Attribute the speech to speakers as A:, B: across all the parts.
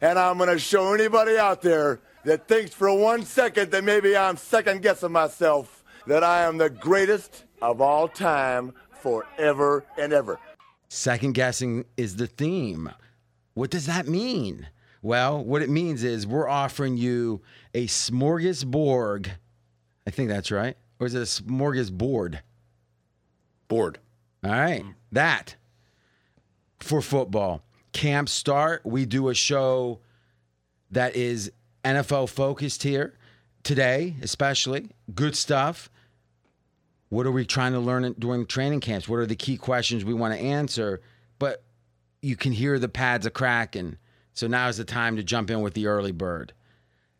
A: And I'm going to show anybody out there that thinks for one second that maybe I'm second guessing myself that I am the greatest of all time forever and ever.
B: Second guessing is the theme. What does that mean? Well, what it means is we're offering you a smorgasbord. I think that's right. Or is it a smorgasbord?
C: Bored.
B: All right. That for football. Camp start. We do a show that is NFL focused here today, especially. Good stuff. What are we trying to learn during training camps? What are the key questions we want to answer? But you can hear the pads a cracking. So now is the time to jump in with the early bird.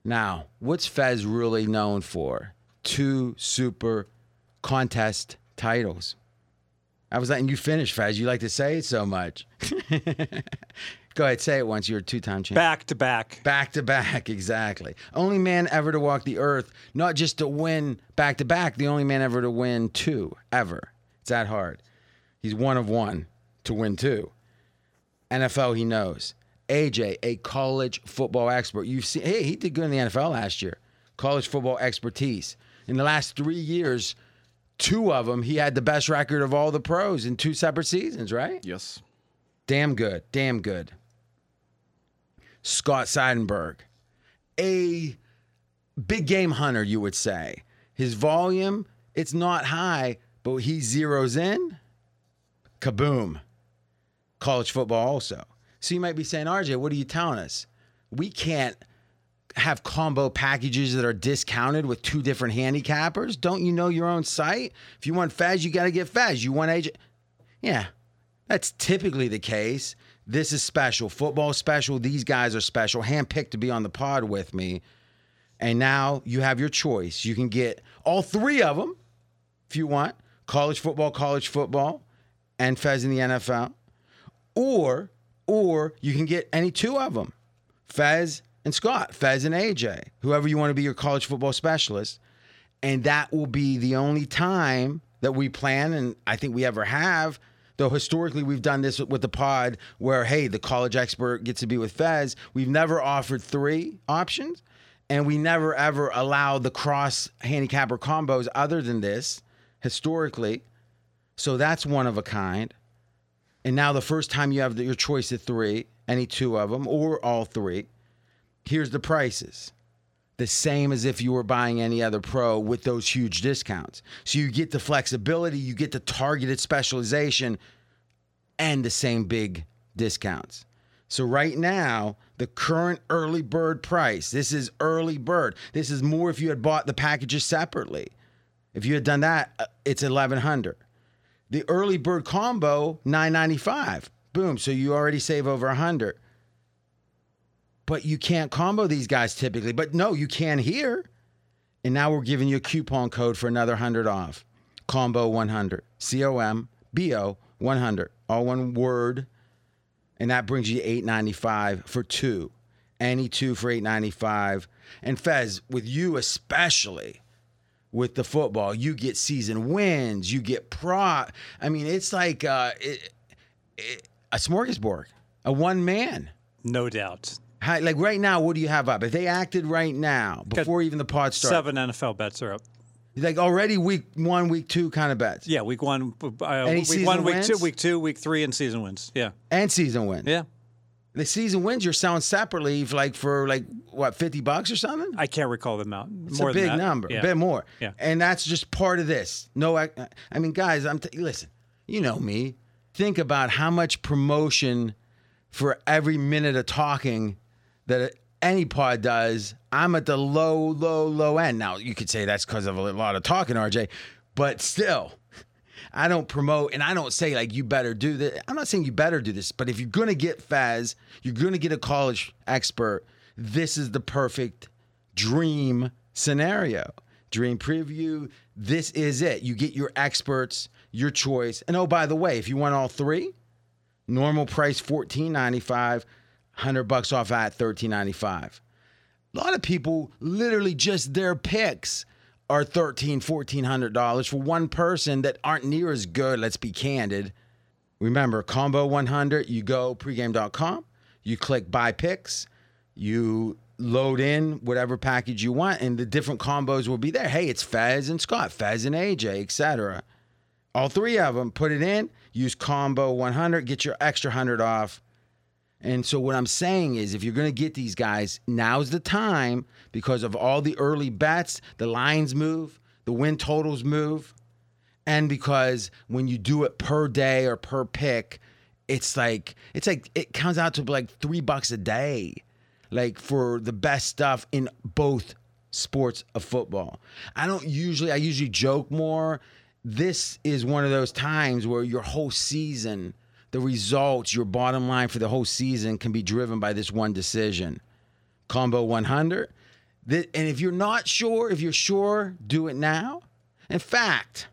B: Now, what's Fez really known for? Two super contest titles. I was letting you finish, Fez. You like to say it so much. Go ahead, say it once. You're a two time champion.
D: Back to back.
B: Back to back, exactly. Only man ever to walk the earth, not just to win back to back, the only man ever to win two, ever. It's that hard. He's one of one to win two. NFL, he knows. AJ, a college football expert. You've seen, hey, he did good in the NFL last year. College football expertise. In the last three years, two of them, he had the best record of all the pros in two separate seasons, right?
C: Yes.
B: Damn good. Damn good. Scott Seidenberg, a big game hunter, you would say. His volume, it's not high, but he zeroes in, kaboom. College football also. So you might be saying, RJ, what are you telling us? We can't have combo packages that are discounted with two different handicappers. Don't you know your own site? If you want Fez, you got to get Fez. You want AJ. Yeah, that's typically the case. This is special. Football special. These guys are special. Handpicked to be on the pod with me. And now you have your choice. You can get all three of them if you want college football, college football, and Fez in the NFL. Or, or you can get any two of them Fez and Scott, Fez and AJ, whoever you want to be your college football specialist. And that will be the only time that we plan, and I think we ever have. Though historically, we've done this with the pod where, hey, the college expert gets to be with Fez. We've never offered three options, and we never ever allowed the cross handicapper combos other than this historically. So that's one of a kind. And now, the first time you have the- your choice of three, any two of them, or all three, here's the prices the same as if you were buying any other pro with those huge discounts so you get the flexibility you get the targeted specialization and the same big discounts so right now the current early bird price this is early bird this is more if you had bought the packages separately if you had done that uh, it's 1100 the early bird combo 995 boom so you already save over 100 but you can't combo these guys typically. But no, you can here. And now we're giving you a coupon code for another 100 off. Combo 100. C O M B O 100. All one word. And that brings you to 895 for two. Any two for 895. And Fez, with you especially with the football, you get season wins, you get pro. I mean, it's like uh, it, it, a smorgasbord, a one man.
D: No doubt.
B: Hi, like right now, what do you have up? If they acted right now, before even the pod started,
D: Seven NFL bets are up.
B: like already week one, week two kind of bets,
D: Yeah, week one, uh,
B: Any
D: week
B: season
D: one, week two,
B: wins?
D: week two, week three, and season wins. Yeah,
B: and season wins.
D: yeah.
B: The season wins you're selling separately, for like for like what fifty bucks or something.
D: I can't recall them out.
B: It's
D: more
B: a big
D: than that.
B: number,
D: Yeah.
B: a bit more.
D: Yeah.
B: And that's just part of this. No, I, I mean, guys, I'm t- listen. You know me. Think about how much promotion for every minute of talking that any pod does. I'm at the low, low, low end. Now you could say that's because of a lot of talking, RJ, but still. I don't promote and I don't say like you better do this. I'm not saying you better do this, but if you're gonna get Faz, you're gonna get a college expert. This is the perfect dream scenario, dream preview. This is it. You get your experts, your choice. And oh, by the way, if you want all three, normal price fourteen ninety five, hundred bucks off at thirteen ninety five. A lot of people literally just their picks are thirteen, fourteen hundred dollars for one person that aren't near as good. Let's be candid. Remember, combo 100, you go pregame.com, you click buy picks, You load in whatever package you want, and the different combos will be there. Hey, it's Fez and Scott, Fez and AJ, etc. All three of them, put it in, use combo 100, get your extra 100 off. And so what I'm saying is if you're going to get these guys, now's the time because of all the early bets, the lines move, the win totals move, and because when you do it per day or per pick, it's like it's like it comes out to like 3 bucks a day like for the best stuff in both sports of football. I don't usually I usually joke more. This is one of those times where your whole season, the results, your bottom line for the whole season can be driven by this one decision. Combo 100. Th- And if you're not sure, if you're sure, do it now. In fact,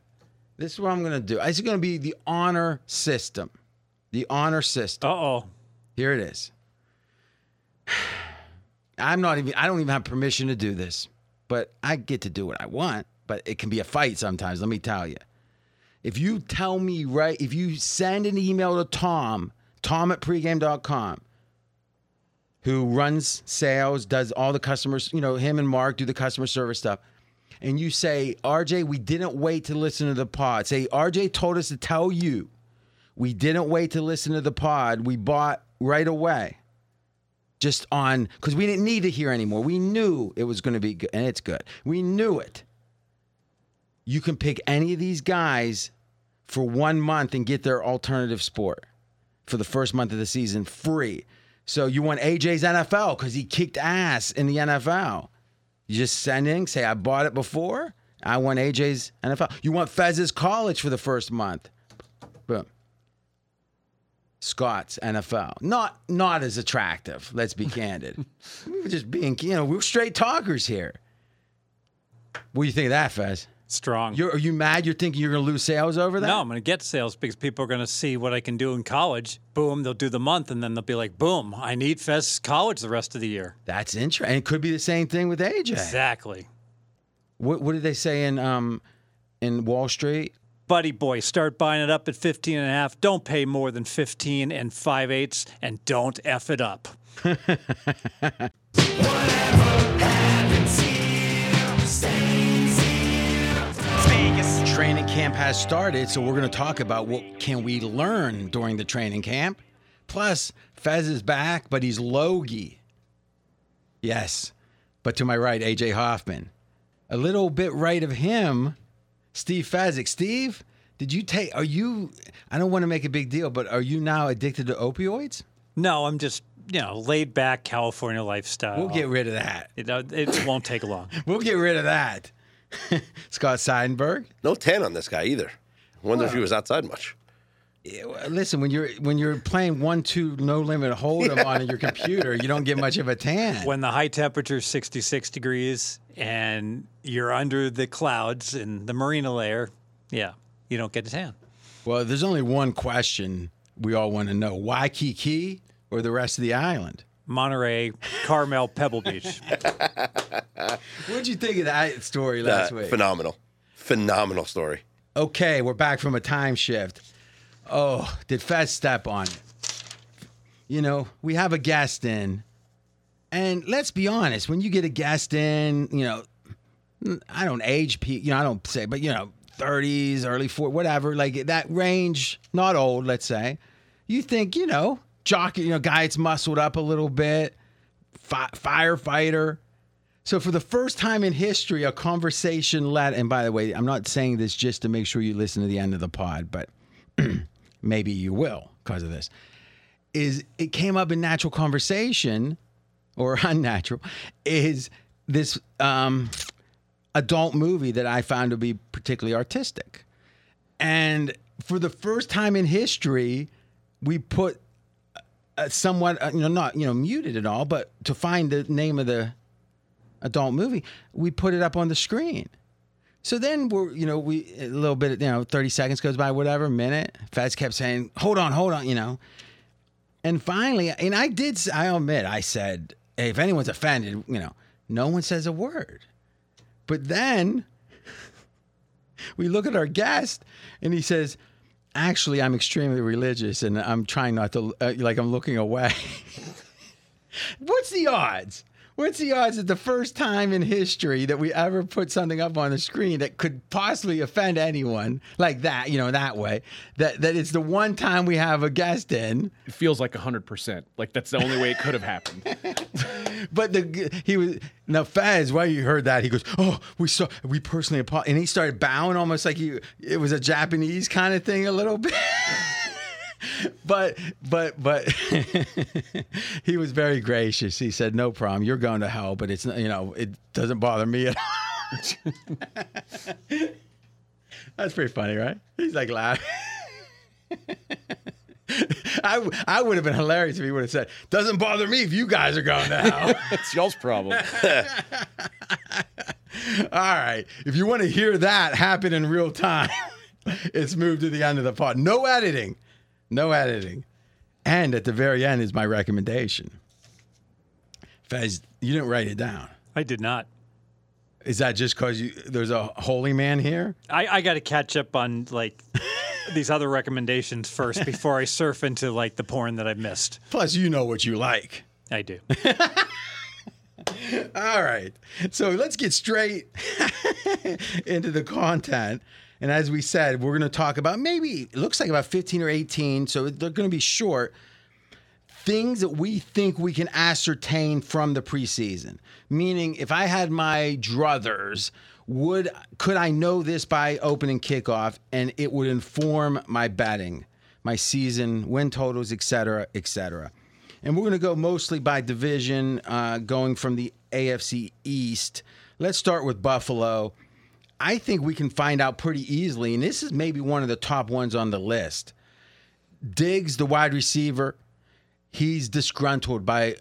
B: this is what I'm going to do. This is going to be the honor system. The honor system.
D: Uh oh.
B: Here it is. I'm not even I don't even have permission to do this, but I get to do what I want, but it can be a fight sometimes, let me tell you. If you tell me right, if you send an email to Tom, Tom at pregame.com, who runs sales, does all the customers, you know, him and Mark do the customer service stuff. And you say, RJ, we didn't wait to listen to the pod. Say, RJ told us to tell you we didn't wait to listen to the pod. We bought right away. Just on because we didn't need to hear anymore. We knew it was going to be good, and it's good. We knew it. You can pick any of these guys for one month and get their alternative sport for the first month of the season free. So you want AJ's NFL because he kicked ass in the NFL. You just send in, say, I bought it before. I want AJ's NFL. You want Fez's college for the first month. Boom. Scott's NFL. Not not as attractive, let's be candid. We were just being, you know, we were straight talkers here. What do you think of that, Fez?
D: Strong.
B: You're, are you mad you're thinking you're going to lose sales over that?
D: no, I'm going to get sales because people are going to see what I can do in college. Boom, they'll do the month, and then they'll be like, boom, I need Fez College the rest of the year.
B: That's interesting. And it could be the same thing with AJ.
D: Exactly.
B: What, what did they say in um in Wall Street?
D: Buddy boy, start buying it up at 15 and a half. Don't pay more than 15 and 5 eighths, and don't F it up.
B: Training camp has started, so we're going to talk about what can we learn during the training camp. Plus, Fez is back, but he's logy. Yes, but to my right, AJ Hoffman. A little bit right of him, Steve Fezzik. Steve, did you take? Are you? I don't want to make a big deal, but are you now addicted to opioids?
D: No, I'm just, you know, laid back California lifestyle.
B: We'll get rid of that.
D: it, uh, it won't take long.
B: We'll get rid of that. Scott Seidenberg.
C: No 10 on this guy either. I wonder if he was outside much.
B: Yeah, well, Listen, when you're when you're playing one two no limit hold'em on your computer, you don't get much of a tan.
D: When the high temperature is 66 degrees and you're under the clouds in the marina layer, yeah, you don't get a tan.
B: Well, there's only one question we all want to know: Why Kiki or the rest of the island?
D: Monterey, Carmel, Pebble Beach.
B: What'd you think of that story
C: Uh,
B: last week?
C: phenomenal. Phenomenal story.
B: okay, we're back from a time shift. Oh, did Fez step on it? You know, we have a guest in, and let's be honest, when you get a guest in, you know, I don't age people, you know, I don't say, but you know, 30s, early 40s, whatever, like that range, not old, let's say, you think, you know, jockey, you know, guy that's muscled up a little bit, fi- firefighter, so, for the first time in history, a conversation led, and by the way, I'm not saying this just to make sure you listen to the end of the pod, but maybe you will because of this, is it came up in natural conversation or unnatural, is this um, adult movie that I found to be particularly artistic. And for the first time in history, we put uh, somewhat, uh, you know, not, you know, muted at all, but to find the name of the adult movie, we put it up on the screen. So then we're, you know, we a little bit, you know, 30 seconds goes by, whatever, minute. Fez kept saying, hold on, hold on, you know. And finally, and I did, s- I admit, I said, hey, if anyone's offended, you know, no one says a word. But then we look at our guest and he says, actually, I'm extremely religious and I'm trying not to, uh, like, I'm looking away. What's the odds? What's the odds that the first time in history that we ever put something up on the screen that could possibly offend anyone like that, you know, that way, that, that it's the one time we have a guest in,
E: It feels like 100%. Like that's the only way it could have happened.
B: but the he was now Fez. Why you heard that? He goes, "Oh, we saw we personally apologize," and he started bowing almost like he it was a Japanese kind of thing a little bit. but but but he was very gracious. He said, "No problem. You're going to hell, but it's not, you know it doesn't bother me at all." That's pretty funny, right? He's like laughing. I, w- I would have been hilarious if he would have said, "Doesn't bother me if you guys are going to hell."
E: That's y'all's problem.
B: All right. If you want to hear that happen in real time, it's moved to the end of the pod. No editing. No editing. And at the very end is my recommendation. Fez, you didn't write it down.
D: I did not.
B: Is that just because there's a holy man here?
D: I, I got to catch up on like these other recommendations first before I surf into like the porn that I missed.
B: Plus, you know what you like.
D: I do.
B: All right. So let's get straight into the content. And as we said, we're going to talk about maybe it looks like about 15 or 18. So they're going to be short things that we think we can ascertain from the preseason. Meaning, if I had my druthers, would could I know this by opening kickoff, and it would inform my betting, my season win totals, et cetera, et cetera. And we're going to go mostly by division, uh, going from the AFC East. Let's start with Buffalo. I think we can find out pretty easily, and this is maybe one of the top ones on the list. Diggs, the wide receiver, he's disgruntled by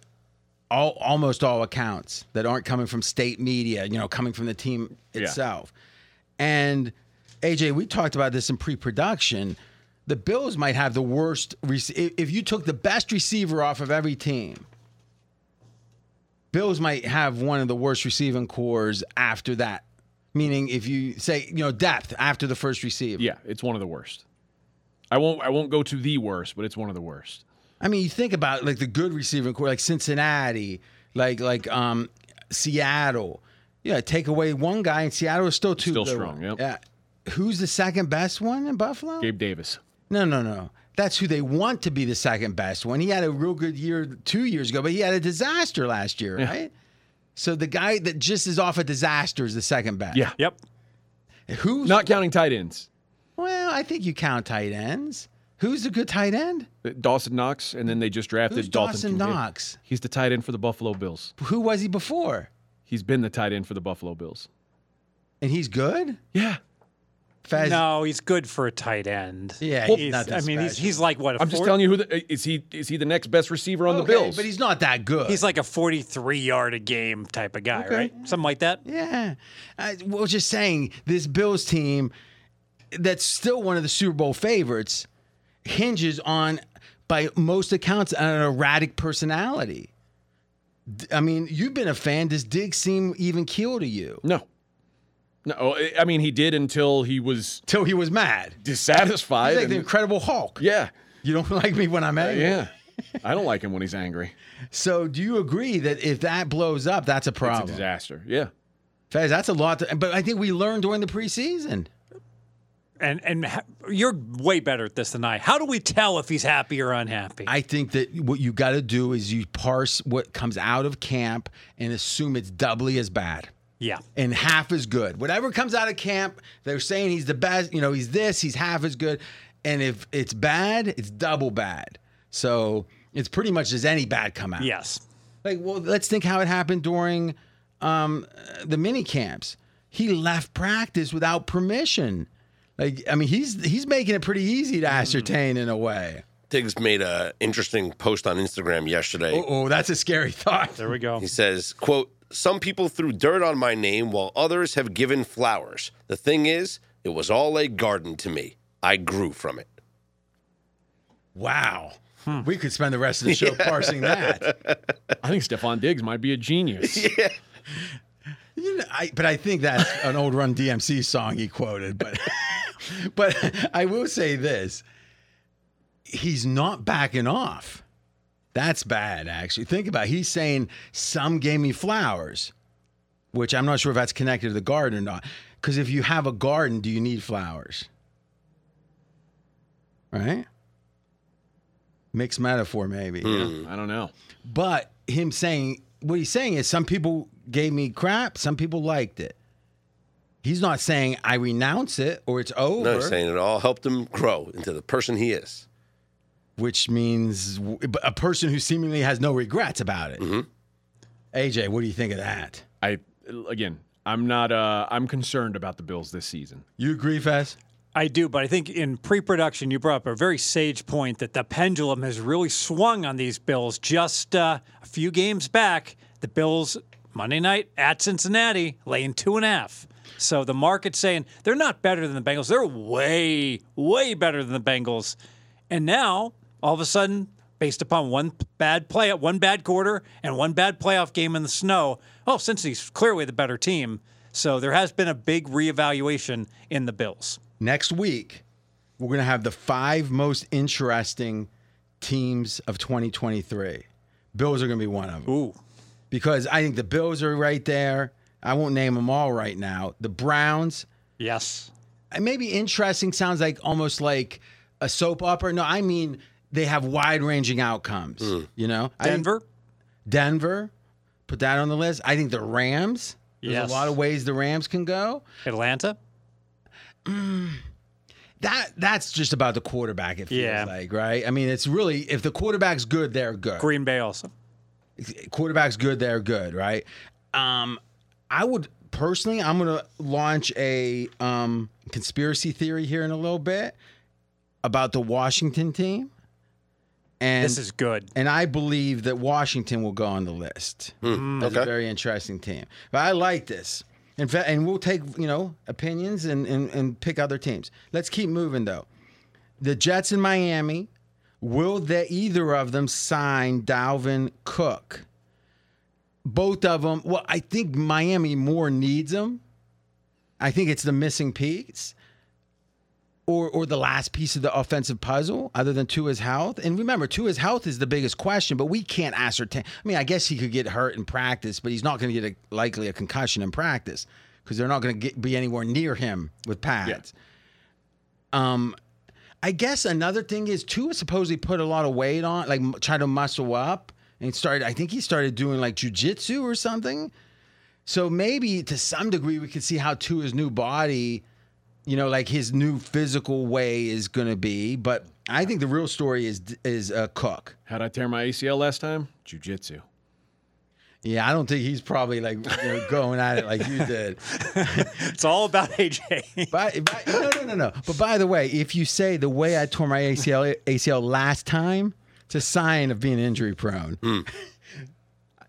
B: all almost all accounts that aren't coming from state media, you know, coming from the team itself. And AJ, we talked about this in pre-production. The Bills might have the worst. rec- If if you took the best receiver off of every team, Bills might have one of the worst receiving cores after that. Meaning, if you say you know depth after the first receiver,
E: Yeah, it's one of the worst. I won't I won't go to the worst, but it's one of the worst.
B: I mean, you think about like the good receiving core, like Cincinnati, like like um Seattle. Yeah, take away one guy, and Seattle is still two.
E: Still
B: good
E: strong,
B: ones.
E: yep.
B: Yeah. Who's the second best one in Buffalo?
E: Gabe Davis.
B: No, no, no. That's who they want to be the second best one. He had a real good year two years ago, but he had a disaster last year, right? So the guy that just is off a disaster is the second best.
E: Yeah.
D: yep.
B: Who's
E: Not counting tight ends.
B: well? I think you count tight ends. Who's a good tight end?
E: Uh, Dawson Knox, and then they just drafted
B: Who's
E: Dalton
B: Dawson
E: Kincaid.
B: Knox?
E: He's the tight end for the Buffalo Bills.
B: Who was he before?
E: He's been the tight end for the Buffalo Bills.
B: And he's good.
E: Yeah.
B: Fez,
D: No, he's good for a tight end.
B: Yeah,
D: he's,
B: he's not that
D: I mean, he's,
B: special.
D: he's like what? A
E: I'm just
D: four-
E: telling you who the, uh, is he is he the next best receiver on the
B: Okay,
E: Bills?
B: But he's not that good.
D: He's like a 43 yard a game type of guy, right? Something like that.
B: yeah. I was just saying, this Bills team that's still one of the Super Bowl favorites hinges on, by most accounts, an erratic personality. D- I mean, you've been a fan. Does Diggs seem even keel to you?
E: no. No, uh, I- I mean he did until he was
B: Till he was mad.
E: dissatisfied.
B: He's like the
E: and-
B: Incredible Hulk.
E: yeah.
B: You don't like me when I'm angry.
E: Yeah. I don't like him when he's angry.
B: So, do you agree that if that blows up, that's a
E: It's a
B: problem?
E: disaster. Yeah.
B: Fez, that's a lot. To, but I think we learned during the preseason.
D: And and ha- you're way better at this than I. How do we tell if he's happy or unhappy?
B: I think that what you got to do is you parse what comes out of camp and assume it's doubly as bad
D: yeah.
B: and half as good. Whatever comes out of camp, they're saying he's the best, you know, he's this, he's half as good. And if it's bad, it's double bad. So it's pretty much does any bad come out?
D: Yes.
B: Like, well, let's think how it happened during um, uh, the mini camps. He left practice without permission. Like, I mean, he's he's making it pretty easy to ascertain in a way.
C: Diggs made a interesting post on Instagram yesterday.
B: Oh, that's a scary thought.
D: There we go.
C: He says, quote, some people threw dirt on my name while others have given flowers. The thing is, it was all a garden to me. I grew from it.
B: Wow.
D: Hmm.
B: We could spend the rest of the show parsing that.
E: I think Stephon Diggs might be a genius.
B: You know, I, but I think that's an old Run DMC song he quoted. But but I will say this: he's not backing off. That's bad, actually. Think about it. He's saying some gave me flowers, which I'm not sure if that's connected to the garden or not. Because if you have a garden, do you need flowers? Right? Mixed metaphor, maybe. yeah?
E: I don't know.
B: But him saying what he's saying is some people gave me crap, some people liked it. He's not saying I renounce it or it's over,
C: No, he's saying it all helped him grow into the person he is.
B: which means w- but a person who seemingly has no regrets about it.
C: Mm-hmm.
B: AJ, what do you think of that?
E: I again, I'm not. Uh, I'm concerned about the Bills this season.
B: You agree, Fez?
D: I do, but I think in pre-production you brought up a very sage point that the pendulum has really swung on these Bills. Just uh, a few games back, the Bills Monday night at Cincinnati laying two and a half. So the market's saying they're not better than the Bengals. They're way, way better than the Bengals. And now all of a sudden, based upon one bad play at one bad quarter and one bad playoff game in the snow, oh, Cincinnati's clearly the better team. So there has been a big reevaluation in the Bills.
B: Next week, we're going to have the five most interesting teams of 2023. Bills are going to be one of them.
D: Ooh.
B: because I think the Bills are right there. I won't name them all right now. The Browns,
D: Yes.
B: and maybe interesting sounds like almost like a soap opera. No, I mean they have wide ranging outcomes. You know, I think
D: Denver?
B: Denver, put that on the list. I think the Rams. There's
D: Yes.
B: a lot of ways the Rams can go.
D: Atlanta?
B: That that's just about the quarterback. It feels
D: Yeah.
B: like right. I mean, it's really if the quarterback's good, they're good.
D: Green Bay also.
B: quarterback's good, they're good, right? Um, I would personally, I'm gonna launch a um, conspiracy theory here in a little bit about the Washington team, and
D: This is good.
B: and I believe that Washington will go on the list. That's a
C: okay.
B: very interesting team. But I like this. In fact, and we'll take you know opinions and, and and pick other teams. Let's keep moving though. The Jets in Miami. Will they either of them sign Dalvin Cook? Both of them. Well, I think Miami more needs him. I think it's the missing piece. Or, or the last piece of the offensive puzzle, other than Tua's health. And remember, Tua's health is the biggest question, but we can't ascertain. I mean, I guess he could get hurt in practice, but he's not going to get a, likely a concussion in practice because they're not going to be anywhere near him with pads. Um, I guess another thing is Tua supposedly put a lot of weight on, like m- try to muscle up, and he started. I think he started doing like jujitsu or something. So maybe to some degree we could see how Tua's new body, you know, like his new physical way is going to be. But I think the real story is is uh, Cook.
E: How'd I tear my ACL last time? Jiu-jitsu.
B: Yeah, I don't think he's probably like you know, going at it like you did.
D: It's all about AJ.
B: But, but- no, no, no, no. But by the way, if you say the way I tore my ACL ACL last time, it's a sign of being injury prone.
E: Hmm.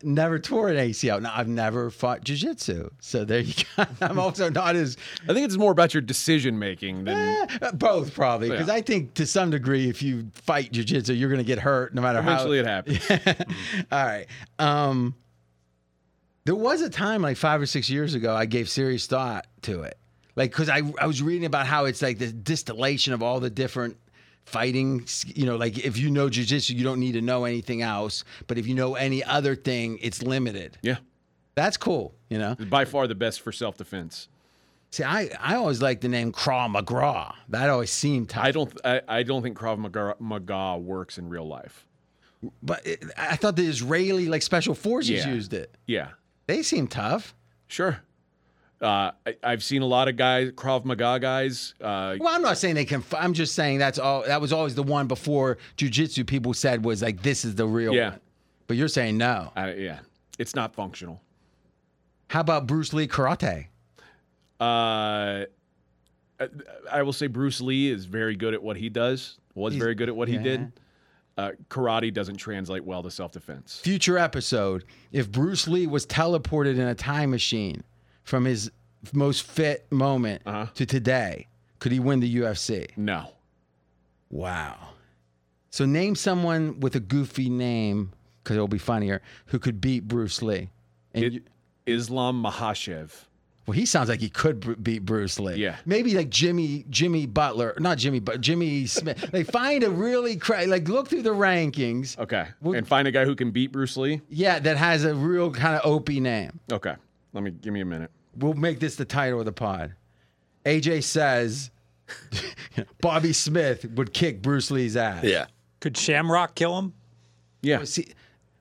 B: never tore an ACL. Now I've never fought jujitsu, so there you go. I'm also not as
E: I think it's more about your decision making than
B: eh, both probably because
E: Yeah.
B: I think to some degree, if you fight jujitsu, you're going to get hurt no matter how.
E: eventually it happens.
B: All right. Um, there was a time like five or six years ago, I gave serious thought to it. Like, because I, I was reading about how it's like the distillation of all the different fighting, s- you know, like if you know jujitsu, you don't need to know anything else. But if you know any other thing, it's limited.
E: Yeah,
B: That's cool, you know?
E: by far the best for self defense.
B: See, I, I always liked the name Craw McGraw. That always seemed tight.
E: I don't. I, I don't think Krav Maga, Maga works in real life.
B: But it, I thought the Israeli, like, special forces
E: Yeah.
B: used it.
E: Yeah,
B: They seem tough.
E: sure. Uh, I, I've seen a lot of guys, Krav Maga guys. Uh,
B: Well, I'm not saying they can. F- I'm just saying that's all. That was always the one before jujitsu. People said was like this is the real.
E: Yeah.
B: one. But you're saying no.
E: I, yeah, it's not functional.
B: How about Bruce Lee karate?
E: Uh, I, I will say Bruce Lee is very good at what he does. Was very good at what he did. Uh, karate doesn't translate well to self defense.
B: Future episode: If Bruce Lee was teleported in a time machine from his most fit moment to today, could he win the UFC?
E: No.
B: Wow. So name someone with a goofy name because it'll be funnier who could beat Bruce Lee. And
E: It-
B: you-
E: Islam Mahashev.
B: Well, he sounds like he could br- beat Bruce Lee.
E: Yeah.
B: Maybe like Jimmy Jimmy Butler, not Jimmy but Jimmy Smith. like find a really cra- like look through the rankings.
E: Okay.
B: Well-
E: and find a guy who can beat Bruce Lee.
B: Yeah, that has a real kind of opie name.
E: Okay. Let me give me a minute.
B: We'll make this the title of the pod. AJ says Bobby Smith would kick Bruce Lee's ass.
C: Yeah.
D: Could Shamrock kill him?
E: Yeah.
B: See,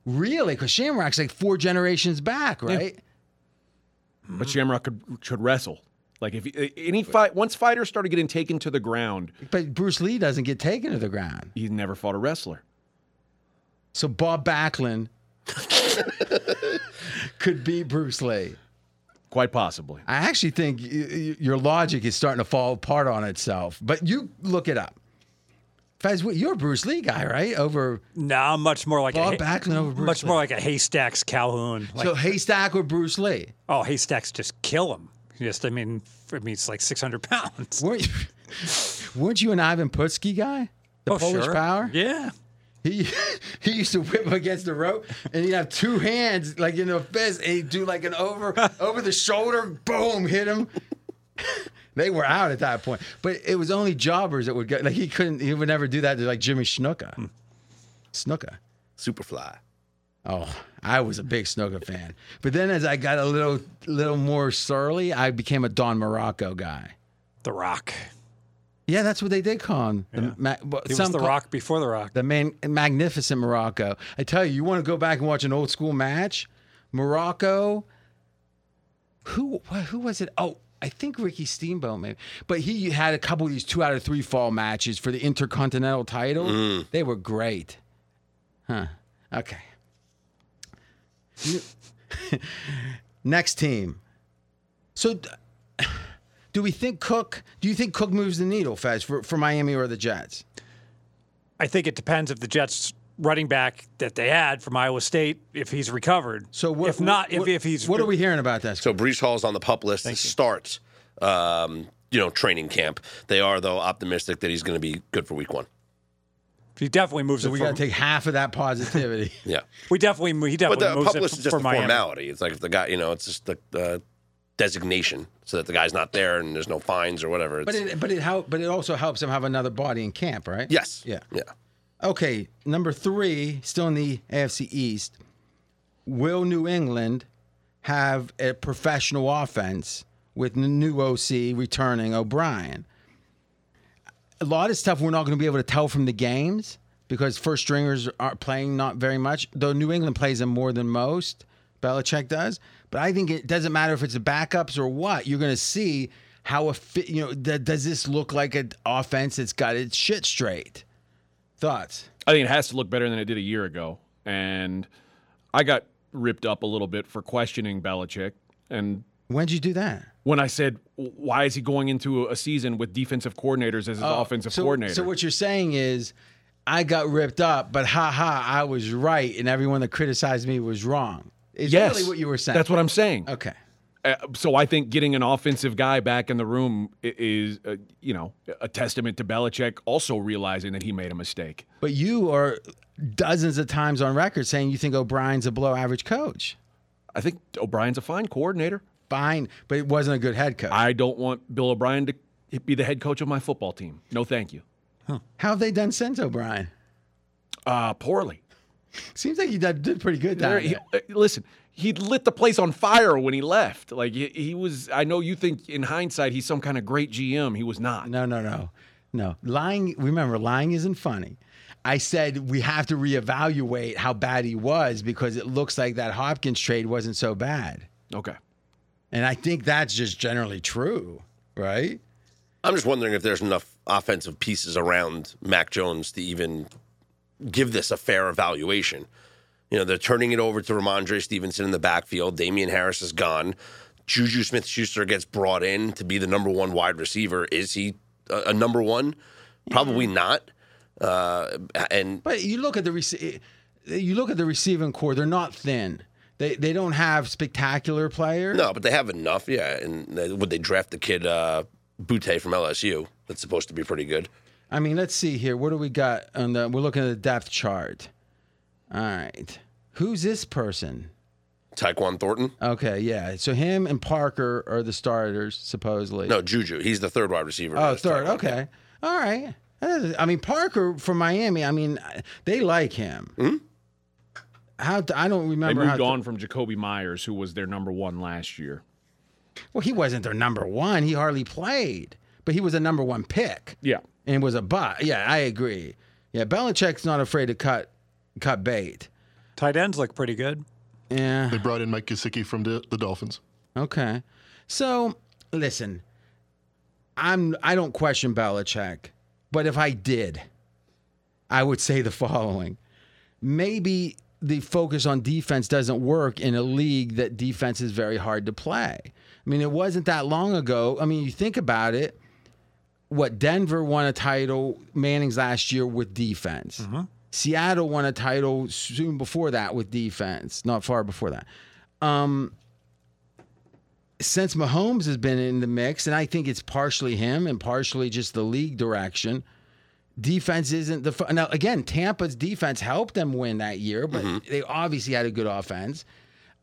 B: really, because Shamrock's like four generations back, right?
E: But Shamrock could should wrestle. Like if any fight once fighters started getting taken to the ground,
B: But Bruce Lee doesn't get taken to the ground.
E: he never fought a wrestler.
B: So Bob Backlund could beat Bruce Lee.
E: Quite possibly.
B: I actually think y- y- your logic is starting to fall apart on itself, but you look it up. Fez, wh- you're a Bruce Lee guy, right? Over
D: Nah, much more like
B: Bob
D: a,
B: Backlund over Bruce
D: much
B: Lee.
D: more like a Haystacks Calhoun. Like,
B: so Haystack with Bruce Lee.
D: oh, Haystacks just kill him. Just, I mean, I mean, it's like 600 pounds.
B: Weren't you, weren't you an Ivan Putski guy? The
D: oh,
B: Polish
D: sure.
B: power?
D: Yeah.
B: He he used to whip him against the rope, and he'd have two hands like in a fist, and he'd do like an over over the shoulder, boom, hit him. they were out at that point, but it was only jobbers that would go. Like he couldn't, he would never do that to like Jimmy
D: Hmm.
B: Snuka. Snuka.
C: Superfly.
B: Oh, I was a big Snuka fan, but then as I got a little little more surly, I became a Don Morocco guy.
D: The Rock.
B: Yeah, that's what they did call him. The ma- well,
D: He
B: some
D: was The
B: call-
D: Rock before The Rock.
B: the man, magnificent Morocco. I tell you, you want to go back and watch an old school match, Morocco. Who wha- who was it? Oh, I think Ricky Steamboat maybe, but he had a couple of these two out of three fall matches for the Intercontinental title. They were great. Huh. Okay. You- Next team. So. d- Do we think Cook? Do you think Cook moves the needle, Fez, for, for Miami or the Jets?
D: I think it depends if the Jets running back that they had from Iowa State, if he's recovered.
B: So what,
D: if not,
B: what-
D: if, if he's
B: what are we hearing about this?
C: So Brees Hall's on the pup list. It starts, um, you know, training camp. They are though optimistic that he's going to be good for week one.
D: he definitely moves
B: So
D: it
B: we
D: from-
B: got to take half of that positivity.
C: Yeah,
D: we definitely mo- he
C: but
D: definitely
C: the
D: moves
C: pup
D: it
C: list
D: f-
C: is just
D: for
C: a
D: Miami.
C: formality. It's like if the guy, you know, it's just the, the designation so that the guy's not there and there's no fines or whatever.
B: but
C: It's-
B: it but it help but it also helps them have another body in camp, right?
C: yes,
B: Yeah.
C: yeah.
B: Okay, number three, still in the AFC East. Will New England have a professional offense with the new OC returning O'Brien? A lot of stuff we're not going to be able to tell from the games because first stringers aren't playing not very much, though New England plays them more than most. Belichick does, but I think it doesn't matter if it's the backups or what. You're going to see how a fit, you know, th- does this look like an offense that's got its shit straight? Thoughts?
E: I think it has to look better than it did a year ago. And I got ripped up a little bit for questioning Belichick. And
B: When'd you do that?
E: when I said, why is he going into a season with defensive coordinators as his offensive
B: Oh, so,
E: coordinator?
B: So what you're saying is, I got ripped up, but ha ha, I was right, and everyone that criticized me was wrong. Is
E: yes,
B: really what you were saying.
E: That's what I'm saying.
B: Okay.
E: Uh, so I think getting an offensive guy back in the room i- is, uh, you know, a testament to Belichick also realizing that he made a mistake.
B: But you are dozens of times on record saying you think O'Brien's a below average coach.
E: I think O'Brien's a fine coordinator.
B: Fine, but it wasn't a good head coach.
E: I don't want Bill O'Brien to be the head coach of my football team. No, thank you.
B: How have they done since O'Brien?
E: Uh, poorly.
B: Seems like he did, did pretty good down
E: There-
B: there.
E: he- uh, listen, he lit the place on fire when he left. Like he, he was. I know you think in hindsight he's some kind of great GM. He was not.
B: No, no, no, no. Lying. Remember, lying isn't funny. I said we have to reevaluate how bad he was because it looks like that Hopkins trade wasn't so bad.
E: Okay.
B: And I think that's just generally true, right?
C: I'm just wondering if there's enough offensive pieces around Mac Jones to even give this a fair evaluation. You know, they're turning it over to Ramondre Stevenson in the backfield. Damian Harris is gone. Juju Smith Schuster gets brought in to be the number one wide receiver. Is he a, a number one?
B: Mm-hmm.
C: Probably not. Uh, and
B: But you look at the rece- you look at the receiving core; they're not thin. They they don't have spectacular players.
C: no, but they have enough. Yeah. And they- would they draft the kid uh, Butte from LSU? That's supposed to be pretty good.
B: I mean, let's see here. What do we got on the? We're looking at the depth chart. All right, who's this person?
C: Taekwon Thornton.
B: Okay, yeah. So him and Parker are the starters supposedly.
C: No, Juju. He's the third wide receiver.
B: Oh,
C: It's
B: third.
C: Tyquan.
B: Okay. All right. I mean, Parker from Miami. I mean, they like him. How I don't
E: They
B: remember.
E: moved
B: how
E: on from Jacoby Myers, who was their number one last year.
B: well, he wasn't their number one. He hardly played, but he was a number one pick
E: Yeah.
B: and was a butt. Yeah, I agree. Yeah, Belichick's not afraid to cut cut bait.
D: Tight ends look pretty good.
B: Yeah.
F: They brought in Mike Gesicki from the, the Dolphins.
B: Okay. So listen, I'm I don't question Belichick, but if I did, I would say the following. Maybe the focus on defense doesn't work in a league that defense is very hard to play. I mean, it wasn't that long ago. I mean, you think about it. What Denver won a title Manning's last year with defense. Seattle won a title soon before that with defense, not far before that since Mahomes has been in the mix, and I think it's partially him and partially just the league direction. Defense isn't the fu- now again. Tampa's defense helped them win that year, but they obviously had a good offense.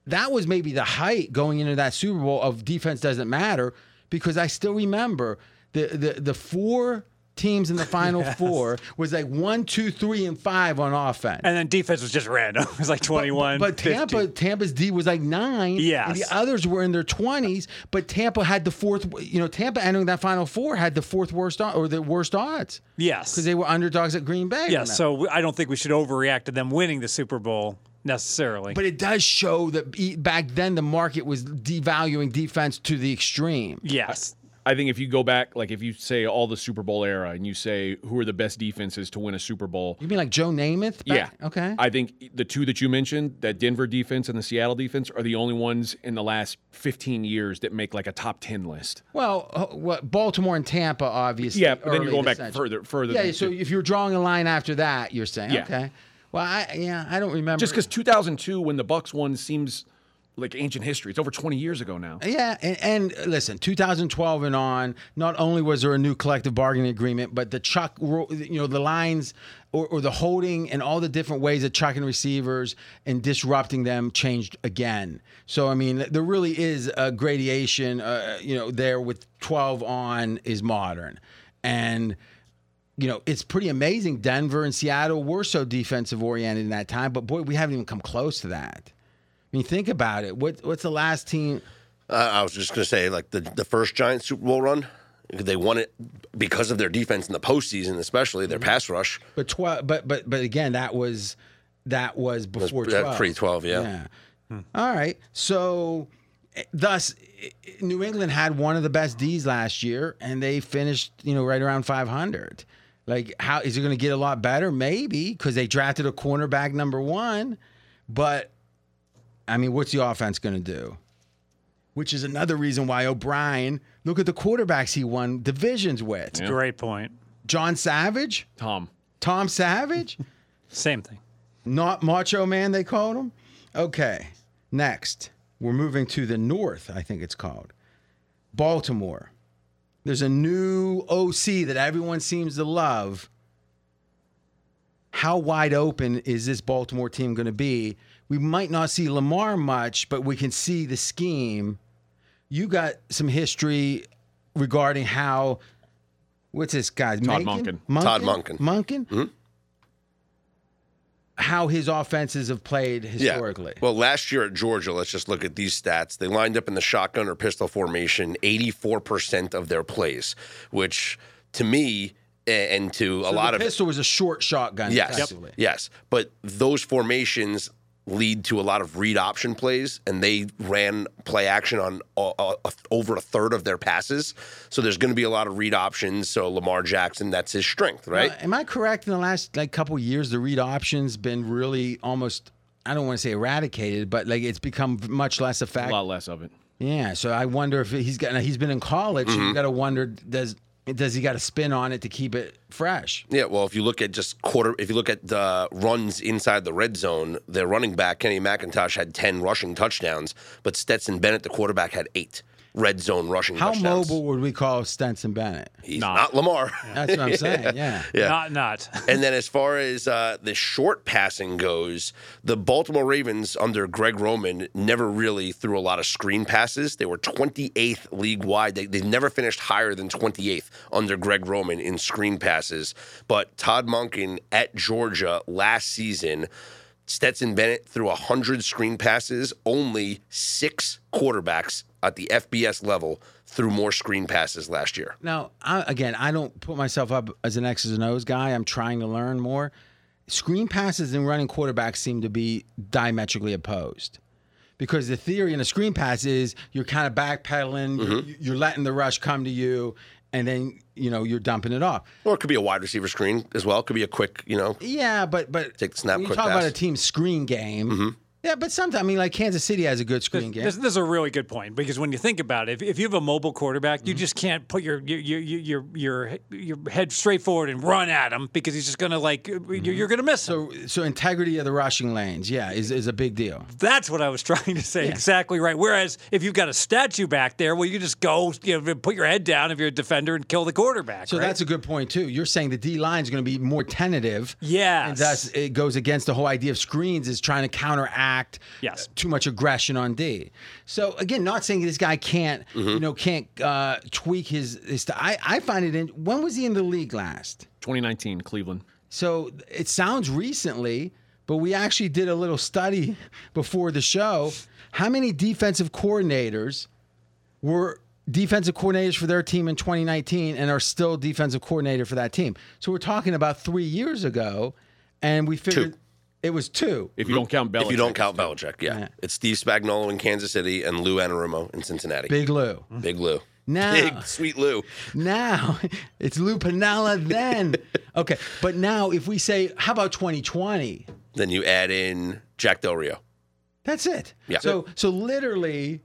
B: That was maybe the height going into that Super Bowl of defense doesn't matter because I still remember the the the four teams in the final four was like one, two, three, and five on offense.
D: And then defense was just random. it was like 21.
B: But
D: 50.
B: Tampa, Tampa's D was like nine. and
D: Yes.
B: the others were in their twenties. But Tampa had the fourth. You know, Tampa entering that Final Four had the fourth worst o- or the worst odds
D: Yes.
B: because they were underdogs at Green Bay. on
D: yeah,
B: that.
D: so we- I don't think we should overreact to them winning the Super Bowl necessarily.
B: But it does show that e- back then the market was devaluing defense to the extreme.
D: yes.
E: I think if you go back, like if you say all the Super Bowl era and you say who are the best defenses to win a Super Bowl,
B: You mean like Joe Namath?
E: yeah.
B: back- Okay.
E: I think the two that you mentioned, that Denver defense and the Seattle defense, are the only ones in the last 15 years that make like a top 10 list.
B: well, uh, what Baltimore and Tampa, obviously.
E: Yeah, but then
B: early
E: you're going
B: this
E: back
B: century.
E: further, further.
B: Yeah.
E: than
B: So
E: two.
B: if you're drawing a line after that, you're saying
E: Yeah.
B: okay. Well, I yeah, I don't remember.
E: just because 2002, when the Bucks won, seems like ancient history. It's over 20 years ago now.
B: Yeah, and, and listen, 2012 and on, not only was there a new collective bargaining agreement, but the Chuck, ru- you know, the lines or, or the holding and all the different ways of chucking receivers and disrupting them changed again. So I mean, there really is a gradation, uh, you know, there with 12 on is modern, and you know, it's pretty amazing. Denver and Seattle were so defensive oriented in that time, but boy, we haven't even come close to that. I mean, think about it. What, what's the last team?
C: I I was just going to say, like the, the first Giants Super Bowl run, they won it because of their defense in the postseason, especially
B: Mm-hmm.
C: their pass rush.
B: But twelve. But but but again, that was that was before
C: that
B: twelve.
C: pre-twelve, yeah.
B: All right. So, eh, thus, eh, eh, New England had one of the best D's last year, and they finished you know right around five hundred. Like, how is it going to get a lot better? Maybe because they drafted a cornerback number one, but I mean, what's the offense going to do? Which is another reason why O'Brien. Look at the quarterbacks he won divisions with.
D: Great point.
B: John Savage,
E: Tom,
B: Tom Savage.
D: Same thing.
B: Not Macho Man, they called him. Okay, next. We're moving to the north, I think it's called. Baltimore. There's a new OC that everyone seems to love. How wide open is this Baltimore team going to be? We might not see Lamar much, but we can see the scheme. You got some history regarding how, what's this guy's
E: Todd
B: Macon?
C: Todd
B: Monken.
C: Monken.
B: Monken? how his offenses have played
C: Yeah.
B: historically.
C: Well, last year at Georgia, let's just look at these stats. They lined up in the shotgun or pistol formation 84% of their plays, which to me a- and to a
B: So
C: lot
B: the
C: of
B: pistol was a short shotgun.
C: Yes.
B: effectively.
C: Yes. But those formations lead to a lot of read option plays, and they ran play action on uh, uh, over a third of their passes. So there's going to be a lot of read options. So Lamar Jackson, that's his strength, right?
B: Uh, am I correct? In the last like couple years, the read option's been really almost. I don't want to say eradicated, but like it's become much less
E: a
B: effective.
E: lot less of it.
B: Yeah, so I wonder if he's got. now He's been in college. so
C: Mm-hmm.
B: You got to wonder does does he got a spin on it to keep it fresh?
C: Yeah, well, if you look at just quarter, if you look at the runs inside the red zone, their running back Kenny McIntosh had ten rushing touchdowns, but Stetson Bennett, the quarterback, had eight. red zone rushing
B: How
C: touchdowns.
B: mobile would we call Stenson Bennett?
C: He's
E: Not.
C: not, Lamar.
B: That's what I'm saying. Yeah.
C: Yeah.
D: Not not.
C: And then as far as uh, the short passing goes, the Baltimore Ravens under Greg Roman never really threw a lot of screen passes. They were 28th league wide. They, they never finished higher than 28th under Greg Roman in screen passes. But Todd Monken at Georgia last season, Stetson Bennett threw 100 screen passes. Only six quarterbacks at the FBS level threw more screen passes last year.
B: Now, I, again, I don't put myself up as an X's and O's guy. I'm trying to learn more. Screen passes and running quarterbacks seem to be diametrically opposed. Because the theory in a screen pass is you're kind of backpedaling,
C: Mm-hmm.
B: you're, you're letting the rush come to you, and then you know you're dumping it off.
C: Or it could be a wide receiver screen as well. It could be a quick, you know,
B: Yeah, but but
C: Take the snap,
B: when you
C: quick
B: talk about
C: pass. Mm-hmm.
B: a team's screen game. Yeah, but sometimes I mean, like Kansas City has a good screen game.
D: This, this is a really good point because when you think about it, if, if you have a mobile quarterback, you just can't put your your, your your your your head straight forward and run at him because he's just gonna like you're, you're gonna miss him.
B: so so integrity of the rushing lanes, yeah, is is a big deal.
D: That's what I was trying to say. Exactly right. Whereas if you've got a statue back there, well, you just go, you know, put your head down if you're a defender and kill the quarterback.
B: So
D: right?
B: that's a good point too. You're saying the D line is going to be more tentative.
D: Yes.
B: and thus it goes against the whole idea of screens is trying to counteract
D: Yes.
B: too much aggression on D. So again, not saying this guy can't you know can't uh, tweak his his. st- I I find it in. When was he in the league last?
E: 2019, Cleveland.
B: So it sounds recently, but we actually did a little study before the show. How many defensive coordinators were defensive coordinators for their team in 2019 and are still defensive coordinator for that team? So we're talking about three years ago, and we figured
C: Two.
B: it was two.
E: If you don't count Belichick.
C: If you don't count Belichick, yeah. It's Steve Spagnolo in Kansas City and Lou Anarumo in Cincinnati. Big,
B: Big Lou.
C: Lou.
B: Now-
C: Big, sweet Lou.
B: Now it's Lou Pinella then. Okay. But now if we say, how about 2020?
C: Then you add in Jack Del Rio.
B: That's it.
C: Yeah.
B: So so literally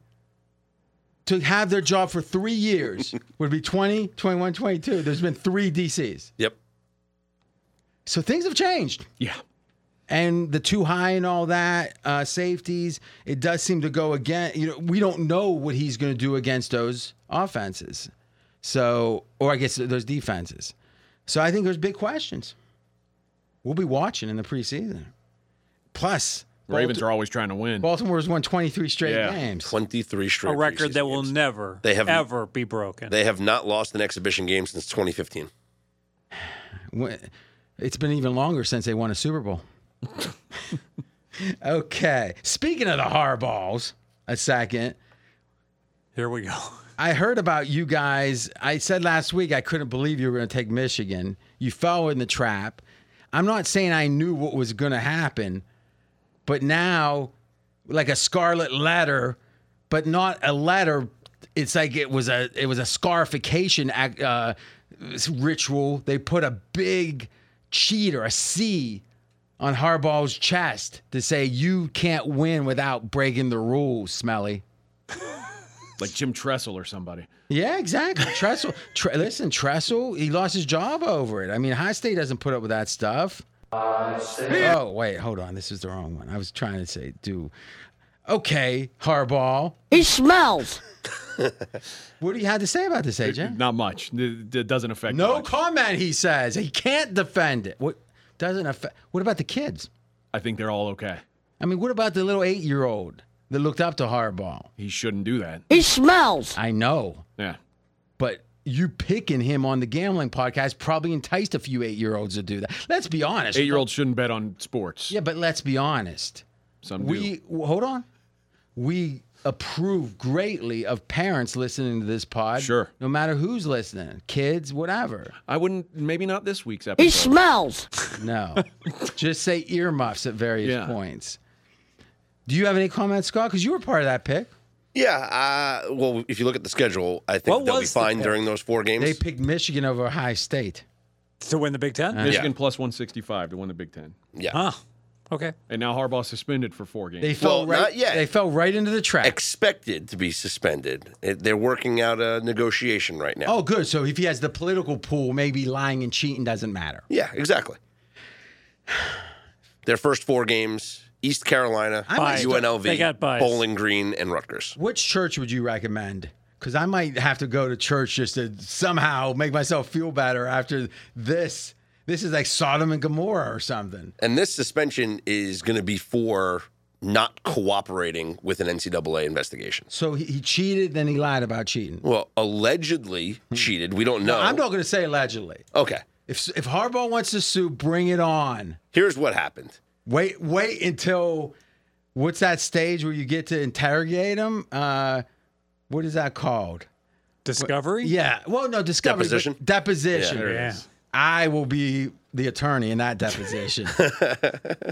B: to have their job for three years would be 20, 21, 22. There's been three DCs.
C: Yep.
B: So things have changed.
E: Yeah.
B: And the too high and all that, uh, safeties, it does seem to go again. You know, we don't know what he's going to do against those offenses. So, or I guess those defenses. So I think there's big questions. We'll be watching in the preseason. Plus,
E: Ravens
B: Balti-
E: are always trying to win.
B: Baltimore's won 23 straight
E: Yeah.
B: games.
C: 23 straight.
D: a record
C: preseason
D: that will
C: games.
D: never
C: They have-
D: ever be broken.
C: They have not lost an exhibition game since 2015.
B: Wh- It's been even longer since they won a Super Bowl. okay. Speaking of the Harballs, a second.
D: Here we go.
B: I heard about you guys. I said last week I couldn't believe you were going to take Michigan. You fell in the trap. I'm not saying I knew what was going to happen, but now, like a scarlet letter, but not a letter. It's like it was a it was a scarification act, uh, ritual. They put a big cheater, a C, on Harbaugh's chest to say you can't win without breaking the rules, Smelly.
E: Like Jim Tressel or somebody.
B: Yeah, exactly. Tressel, tre- listen, Tressel, he lost his job over it. I mean, High State doesn't put up with that stuff. Oh, wait, hold on. This is the wrong one. I was trying to say, do. Okay, Harbaugh.
G: He smells.
B: What do you have to say about this, AJ?
E: Not much. It it doesn't affect
B: No
E: much.
B: comment, he says. He can't defend it. What doesn't affect? What about the kids?
E: I think they're all okay.
B: I mean, what about the little eight year old that looked up to Harbaugh?
E: He shouldn't do that.
G: He smells.
B: I know,
E: Yeah.
B: but you picking him on the gambling podcast probably enticed a few eight year olds to do that. Let's be honest.
E: Eight year olds shouldn't bet on sports.
B: Yeah, but let's be honest.
E: Some do.
B: We w- hold on. We approve greatly of parents listening to this pod.
E: Sure.
B: No matter who's listening, kids, whatever.
E: I wouldn't. Maybe not this week's
G: He
E: episode.
G: smells.
B: No. Just say earmuffs at various
E: Yeah.
B: points. Do you have any comments, Scott? Because you were part of that pick.
C: Yeah. Uh, well, if you look at the schedule, I think
D: What
C: they'll be
D: was the
C: fine
D: pick?
C: during those four games.
B: They picked Michigan over Ohio State.
D: To win the Big Ten?
E: Michigan
C: Yeah.
E: plus 165 to win the Big Ten.
C: yeah.
D: Huh. Okay.
E: And now Harbaugh suspended for four games.
B: They fell
C: Well,
B: right.
C: not yet.
B: They fell right into the trap.
C: Expected to be suspended. It- they're working out a negotiation right now.
B: oh, good. So if he has the political pool, maybe lying and cheating doesn't matter.
C: Yeah, exactly. Their first four games: East Carolina,
B: might
D: Bye.
C: UNLV,
D: They got buys.
C: Bowling Green, and Rutgers.
B: Which church would you recommend? because I might have to go to church just to somehow make myself feel better after this. This is like Sodom and Gomorrah or something.
C: And this suspension is going to be for not cooperating with an NCAA investigation.
B: So he, he cheated, then he lied about cheating.
C: Well, allegedly cheated. We don't know.
B: Hmm. I'm not going to say allegedly.
C: okay.
B: If if Harbaugh wants to sue, bring it on.
C: Here's what happened.
B: Wait, wait until what's that stage where you get to interrogate him? Uh, what is that called?
D: Discovery?
B: Yeah. Well, no, discovery. but
C: Deposition?
B: Deposition.
C: Yeah, there it
D: Yeah.
B: I will be the attorney in that deposition. that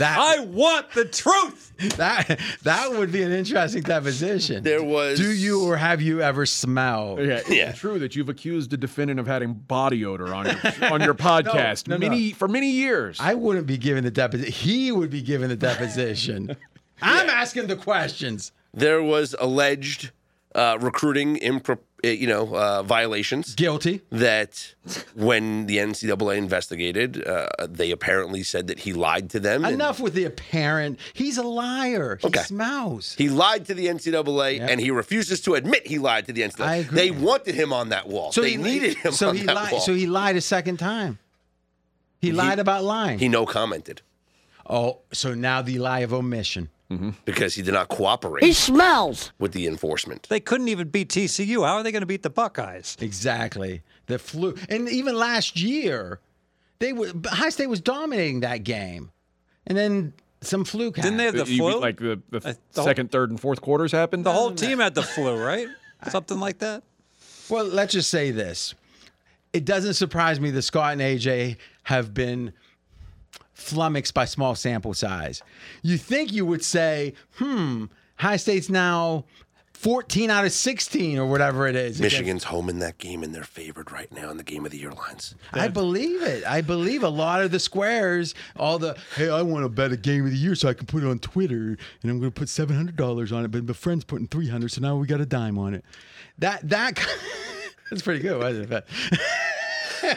D: I want the truth.
B: that that would be an interesting deposition.
C: There was.
B: Do you or have you ever smelled?
E: Yeah, it's
C: Yeah.
E: true that you've accused the defendant of having body odor on your on your podcast
B: no, no.
E: many for many years.
B: I wouldn't be giving the deposition. He would be giving the deposition. I'm asking the questions.
C: There was alleged uh, recruiting, impro- uh, you know, uh, violations.
B: Guilty.
C: that when the NCAA investigated, uh, they apparently said that he lied to them. and
B: Enough with the apparent. He's a liar. He
C: Okay.
B: smells.
C: He lied to the NCAA, and he refuses to admit he lied to the NCAA.
B: I agree.
C: They wanted him on that wall. they
B: he-
C: needed him
B: So
C: on
B: he
C: that
B: lied.
C: wall.
B: So he lied a second time. He, lied about lying.
C: he no commented
B: oh, so now the lie of omission.
C: because he did not
G: He
C: cooperate
G: smells.
C: with the enforcement.
D: They couldn't even beat TCU. How are they going to beat the Buckeyes?
B: Exactly. The flu. And even last year, they were High State was dominating that game, and then some fluke.
D: Didn't they have
B: happened.
D: the
E: You mean
D: flu?
E: like the, the
D: Uh, the whole-
E: second, third, and fourth quarters happened.
D: the whole team had the flu, right? Something like that.
B: Well, let's just say this. It doesn't surprise me that Scott and AJ have been flummoxed by small sample size. You think you would say, hmm, High State's now 14 out of 16 or whatever it is. against-
C: Michigan's home in that game, and they're favored right now in the game of the year lines.
B: I believe it. I believe a lot of the squares, all the, hey, I want to bet a game of the year so I can put it on Twitter and I'm going to put $700 on it, but my friend's putting 300 so now we got a dime on it. That, that, that's pretty good, wasn't it?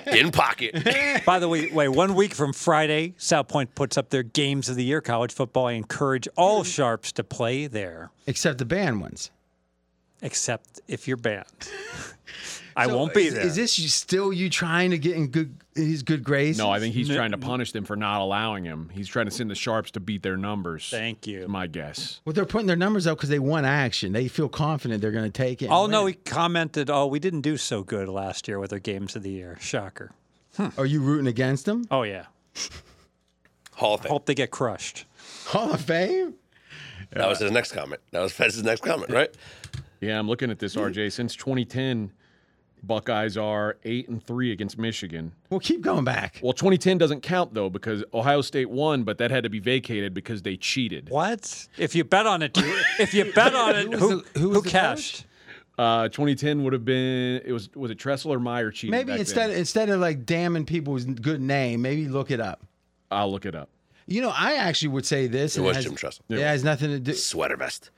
C: In pocket.
D: By the way, wait, one week from Friday, South Point puts up their games of the year college football. I encourage all
B: Hmm.
D: sharps to play there,
B: Except the band ones.
D: except if you're banned. I
B: So
D: won't be
B: is,
D: there.
B: Is this you, still you trying to get in good his good grace?
E: No, I think he's trying to punish them for not allowing him. He's trying to send the sharps to beat their numbers.
D: Thank you.
E: My guess.
B: Well, they're putting their numbers up because they won action. They feel confident they're going to take it. and
D: Oh no, he
B: win.
D: commented, "Oh, we didn't do so good last year with our games of the year." Shocker.
B: Are you rooting against them?
D: Oh yeah.
C: Hall of Fame.
D: Hope they get crushed.
B: Hall of Fame?
C: That was his next comment. That was Fez's next comment, right?
E: Yeah, I'm looking at this, RJ. Since 2010, Buckeyes are eight and three against Michigan.
B: Well, keep going back.
E: Well, 2010 doesn't count though because Ohio State won, but that had to be vacated because they cheated.
D: What? If you bet on it, you- if you bet on it, who
B: the- who
D: who,
B: was the
D: cashed?
E: Uh, 2010 would have been it was was it Tressel or Meyer cheating?
B: Maybe
E: back
B: instead
E: then?
B: instead of like damning people's good name, maybe look it up.
E: I'll look it up.
B: You know, I actually would say this.
C: It
B: and
C: was
B: has-
C: Jim Tressel.
B: It has nothing to do.
C: Sweater vest.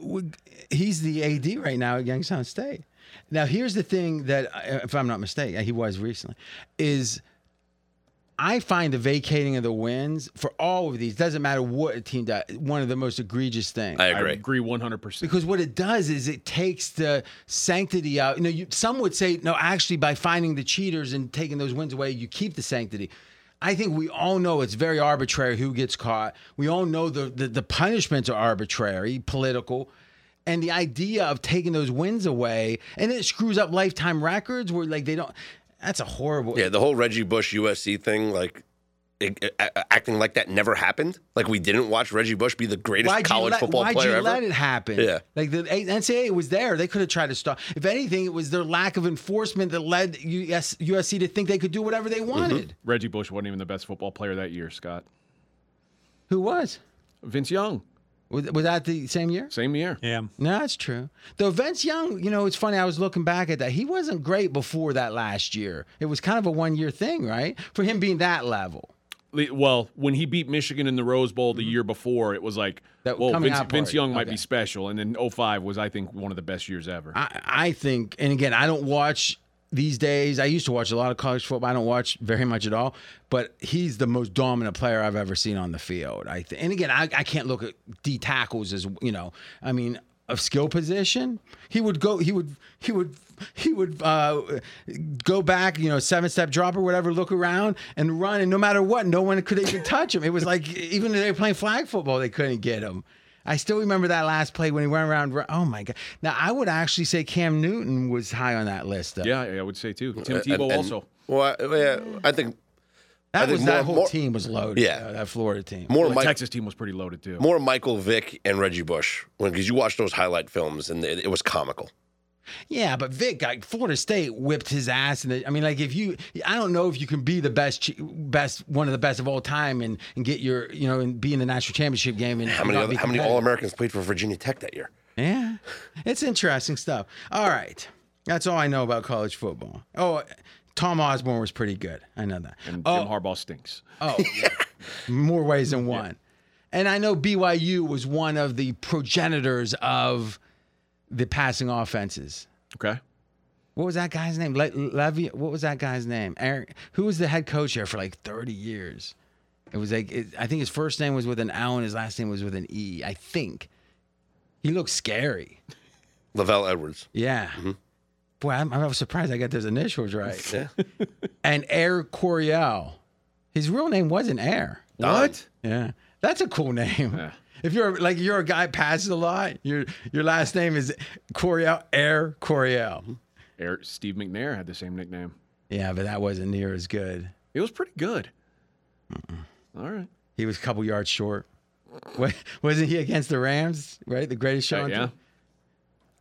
B: would- he's the AD right now at Youngstown State. Now, here's the thing that, uh, if I'm not mistaken, he was recently, is I find the vacating of the wins for all of these doesn't matter what a team does. One of the most egregious things.
E: I
C: I agree.
E: agree 100. percent
B: because what it does is it takes the sanctity out. You know, you, some would say, no, actually, by finding the cheaters and taking those wins away, you keep the sanctity. I think we all know it's very arbitrary who gets caught. We all know the, the, the punishments are arbitrary, political. And the idea of taking those wins away and it screws up lifetime records where, like, they don't. That's a horrible.
C: Yeah, the whole Reggie Bush USC thing, like it, a- a- acting like that never happened. Like we didn't watch Reggie Bush be the greatest
B: Why'd
C: college
B: you let,
C: football
B: why'd
C: player
B: you
C: ever.
B: let it happen?
C: Yeah.
B: Like the A- NCAA was there. They could have tried to stop. If anything, it was their lack of enforcement that led US, USC to think they could do whatever they
C: Mm-hmm.
B: wanted.
E: Reggie Bush wasn't even the best football player that year. Scott
B: Who was?
E: Vince Young,
B: was? Was that the same year?
E: same year.
D: Yeah.
B: No, that's true. Though Vince Young, you know, it's funny. I was looking back at that. He wasn't great before that last year. It was kind of a one year thing, right? For him being that level.
E: Le- Well, when he beat Michigan in the Rose Bowl
D: Mm-hmm.
E: the year before, it was like,
B: That
E: well,
B: coming
E: Vince,
B: out
E: Vince
B: party.
E: Young might
B: Okay.
E: be special, and then 05 was, I think, one of the best years ever.
B: I, I think, and again, I don't watch these days. I used to watch a lot of college football. I don't watch very much at all. But he's the most dominant player I've ever seen on the field. I think, and again, I, I can't look at D tackles as you know. I mean, of skill position. He would go. He would. He would. He would uh, go back. You know, seven step drop or whatever. Look around and run. And no matter what, no one could even touch him. It was like even if they were playing flag football, they couldn't get him. I still remember that last play when he went around. Oh my god! Now I would actually say Cam Newton was high on that list. Though.
E: Yeah, I I would say too.
B: Uh,
E: Tim
C: And-
E: Tebow
C: and-
E: also.
C: Well, I, yeah, I think I
B: that
C: think
B: was that
C: more-
B: whole
C: more-
B: team was loaded.
C: Yeah.
B: though, that Florida team.
C: more
E: The
C: Mike,
E: Texas team was pretty loaded too.
C: more Michael Vick and Reggie Bush when because you watch those highlight films and it, it was comical.
B: Yeah, but Vic, like, Florida State whipped his ass, and I mean, like, if you, I don't know if you can be the best, ch- best, one of the best of all time, and and get your, you know, and be in the national championship game. And
C: How many
B: not
C: other,
B: be
C: how many
B: competitive.
C: All Americans played for Virginia Tech that year?
B: Yeah, it's interesting stuff. All right, that's all I know about college football. Oh, Tom Osborne was pretty good. I know that.
E: And
B: oh,
E: Jim Harbaugh stinks.
B: Oh, more ways than one. And I know BYU was one of the progenitors of the passing offenses.
E: Okay.
B: What was that guy's name? Le- Levy. What was that guy's name? Eric. Who was the head coach there for like thirty years? It was like it, I think his first name was with an L and his last name was with an E. I think. He looked scary.
C: Lavelle Edwards.
B: Yeah. Boy, I'm, I'm surprised I got those initials right. and Air Coryell. His real name wasn't Air.
C: What?
B: Yeah, that's a cool name. If you're like you're a guy passes a lot, your your last name is Coryell Air Coryell.
E: Air, Steve McNair had the same nickname.
B: Yeah, but that wasn't near as good.
E: It was pretty good. All right.
B: He was a couple yards short. Wa- Wasn't he against the Rams? Right, the greatest show. on-
E: Uh, yeah.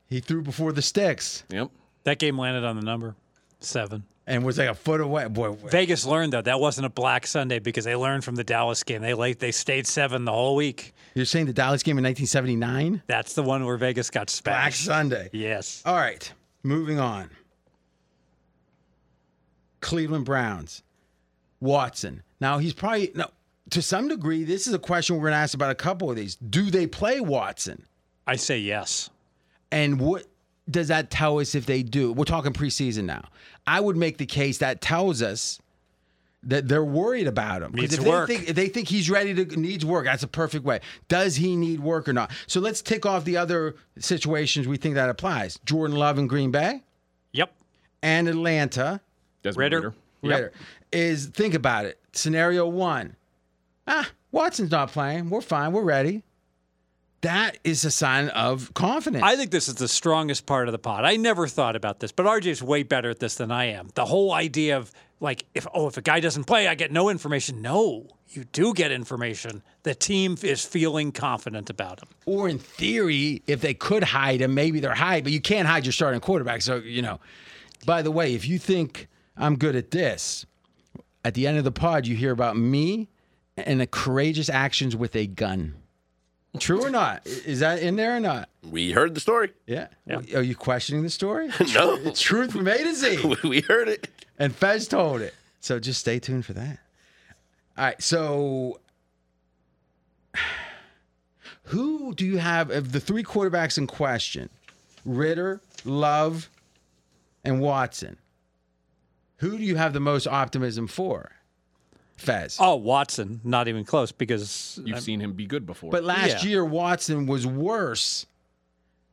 B: He threw before the sticks
E: Yep.
D: That game landed on the number seven.
B: and was like a foot away. Boy, wh-
D: Vegas learned though that wasn't a black Sunday because they learned from the Dallas game. They late they stayed seven the whole week.
B: you're saying the Dallas game in 1979?
D: That's the one where Vegas got
B: Black
D: smashed.
B: Sunday.
D: Yes.
B: All right, moving on. Cleveland Browns, Watson. Now he's probably no. To some degree, this is a question we're going to ask about a couple of these. Do they play Watson?
D: I say yes.
B: And what does that tell us if they do? We're talking preseason now. I would make the case that tells us that they're worried about him. 'Cause
D: Needs
B: if
D: to
B: they
D: work.
B: Think, if they think he's ready to needs work, that's a perfect way. Does he need work or not? So let's tick off the other situations we think that applies. Jordan Love in Green Bay
D: Yep.
B: and Atlanta.
E: Desmond
D: Ritter.
E: Ritter.
B: Ritter, is think about it. Scenario one. Ah, Watson's not playing. We're fine. We're ready. That is a sign of confidence.
D: I think this is the strongest part of the pod. I never thought about this, but RJ's way better at this than I am. The whole idea of like if oh if a guy doesn't play, I get no information. No, you do get information. The team is feeling confident about him.
B: or in theory, if they could hide him, maybe they're hide, but you can't hide your starting quarterback. So, you know, by the way, if you think I'm good at this, at the end of the pod, you hear about me and the courageous actions with a gun. True or not? Is that in there or not?
C: We heard the story.
B: Yeah. Are you questioning the story?
C: No,
B: Truth from A to Z.
C: we heard it.
B: And Fez told it. So just stay tuned for that. All right. So who do you have of the three quarterbacks in question? Ritter, Love, and Watson. Who do you have the most optimism for? Fez.
D: Oh, Watson, not even close because
E: You've seen him be good before.
B: But last
D: Yeah.
B: year, Watson was worse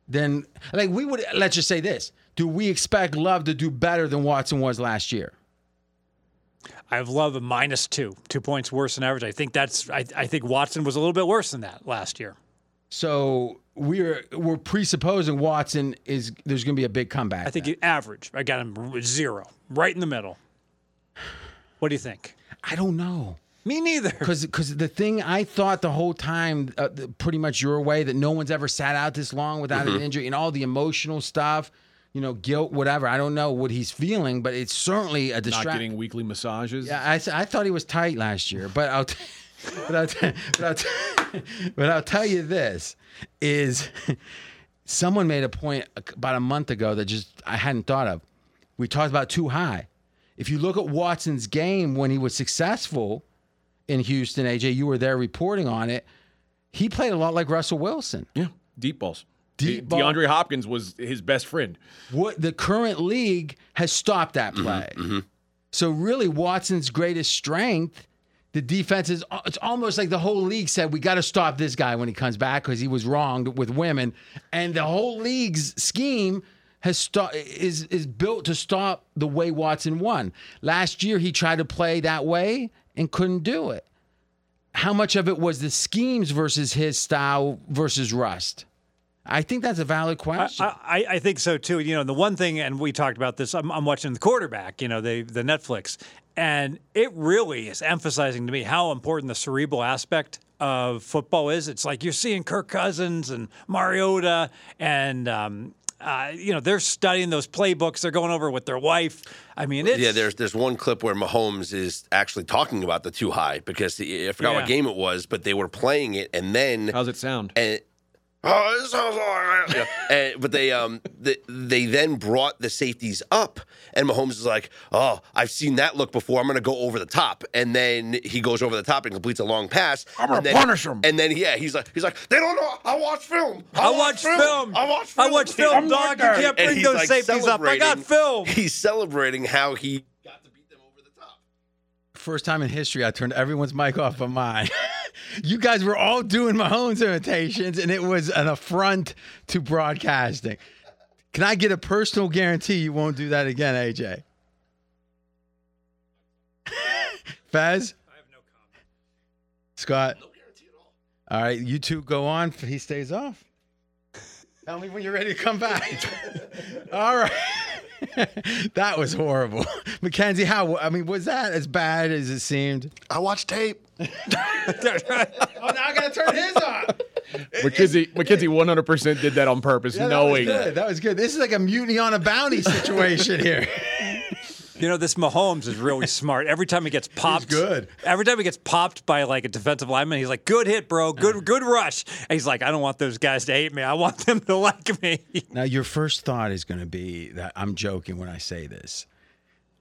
B: than like we would. Let's just say this: Do we expect Love to do better than Watson was last year?
D: I have love a minus two, two points worse than average. I think that's I, I think Watson was a little bit worse than that last year.
B: So we're we're presupposing Watson is there's going to be a big comeback.
D: I think he- average. I got him r- zero, right in the middle. What do you think?
B: I don't know
D: Me neither.
B: because the thing I thought the whole time, uh, the- pretty much your way, that no one's ever sat out this long without an injury and all the emotional stuff, you know, guilt, whatever. I don't know what he's feeling, but it's certainly a
E: not
B: distraction.
E: getting weekly massages.
B: Yeah, I, s- I thought he was tight last year, but I'll, t- but, I'll t- but, I'll t- but I'll tell you this is someone made a point ac- about a month ago that just I hadn't thought of. We talked about too high. If you look at Watson's game when he was successful in Houston, AJ, you were there reporting on it. He played a lot like Russell Wilson.
E: Yeah. Deep balls.
B: Deep
E: De-
B: ball.
E: DeAndre Hopkins was his best friend.
B: what the current league has stopped that play. So really, Watson's greatest strength The defense is, it's almost like the whole league said, we got to stop this guy when he comes back because he was wronged with women. And the whole league's scheme has sto- is, is built to stop the way Watson won. Last year, he tried to play that way and couldn't do it. How much of it was the schemes versus his style versus rust? I think that's a valid question.
D: I, I, I think so too. You know, the one thing, and we talked about this. I'm, I'm watching the quarterback. You know, the the Netflix, and it really is emphasizing to me how important the cerebral aspect of football is. It's like you're seeing Kirk Cousins and Mariota, and um, uh, you know they're studying those playbooks. They're going over with their wife. I mean, it's,
C: yeah, there's there's one clip where Mahomes is actually talking about the too high because the, I forgot
D: Yeah.
C: what game it was, but they were playing it, and then
E: How's it sound?
C: and oh, this sounds like you know, and, but they um they, they then brought the safeties up, and Mahomes is like, oh, I've seen that look before. I'm gonna go over the top, and then he goes over the top and completes a long pass. I'm gonna punish him. And then yeah, he's like he's like they don't know. I watch film. I,
D: I watch film.
C: I watch
D: I
C: film.
D: watch film,
C: I'm
D: dog.
C: like
D: You
C: that.
D: can't
C: And
D: bring
C: he's,
D: those
C: like,
D: safeties up. I got
C: celebrating-
D: film.
C: He's celebrating how he got to beat them over the top.
B: First time in history, I turned everyone's mic off but mine. you guys were all doing Mahomes imitations, and it was an affront to broadcasting. Can I get a personal guarantee you won't do that again, AJ? Fez? I have no comment. Scott? No guarantee at all. All right, you two go on. He stays off. Tell me when you're ready to come back. all right. that was horrible. Mackenzie, how, I mean, was that as bad as it seemed?
F: I watch tape.
B: Oh, now I gotta turn his on.
E: McKinsey, McKinsey 100% did that on purpose, knowing
B: that was good. That was good. This is like a mutiny on a bounty situation here.
D: You know, this Mahomes is really smart. Every time he gets popped,
B: good.
D: Every time he gets popped by like a defensive lineman, he's like, "Good hit, bro. Good, good rush." And he's like, "I don't want those guys to hate me. I want them to like me."
B: now, your first thought is gonna be that I'm joking when I say this.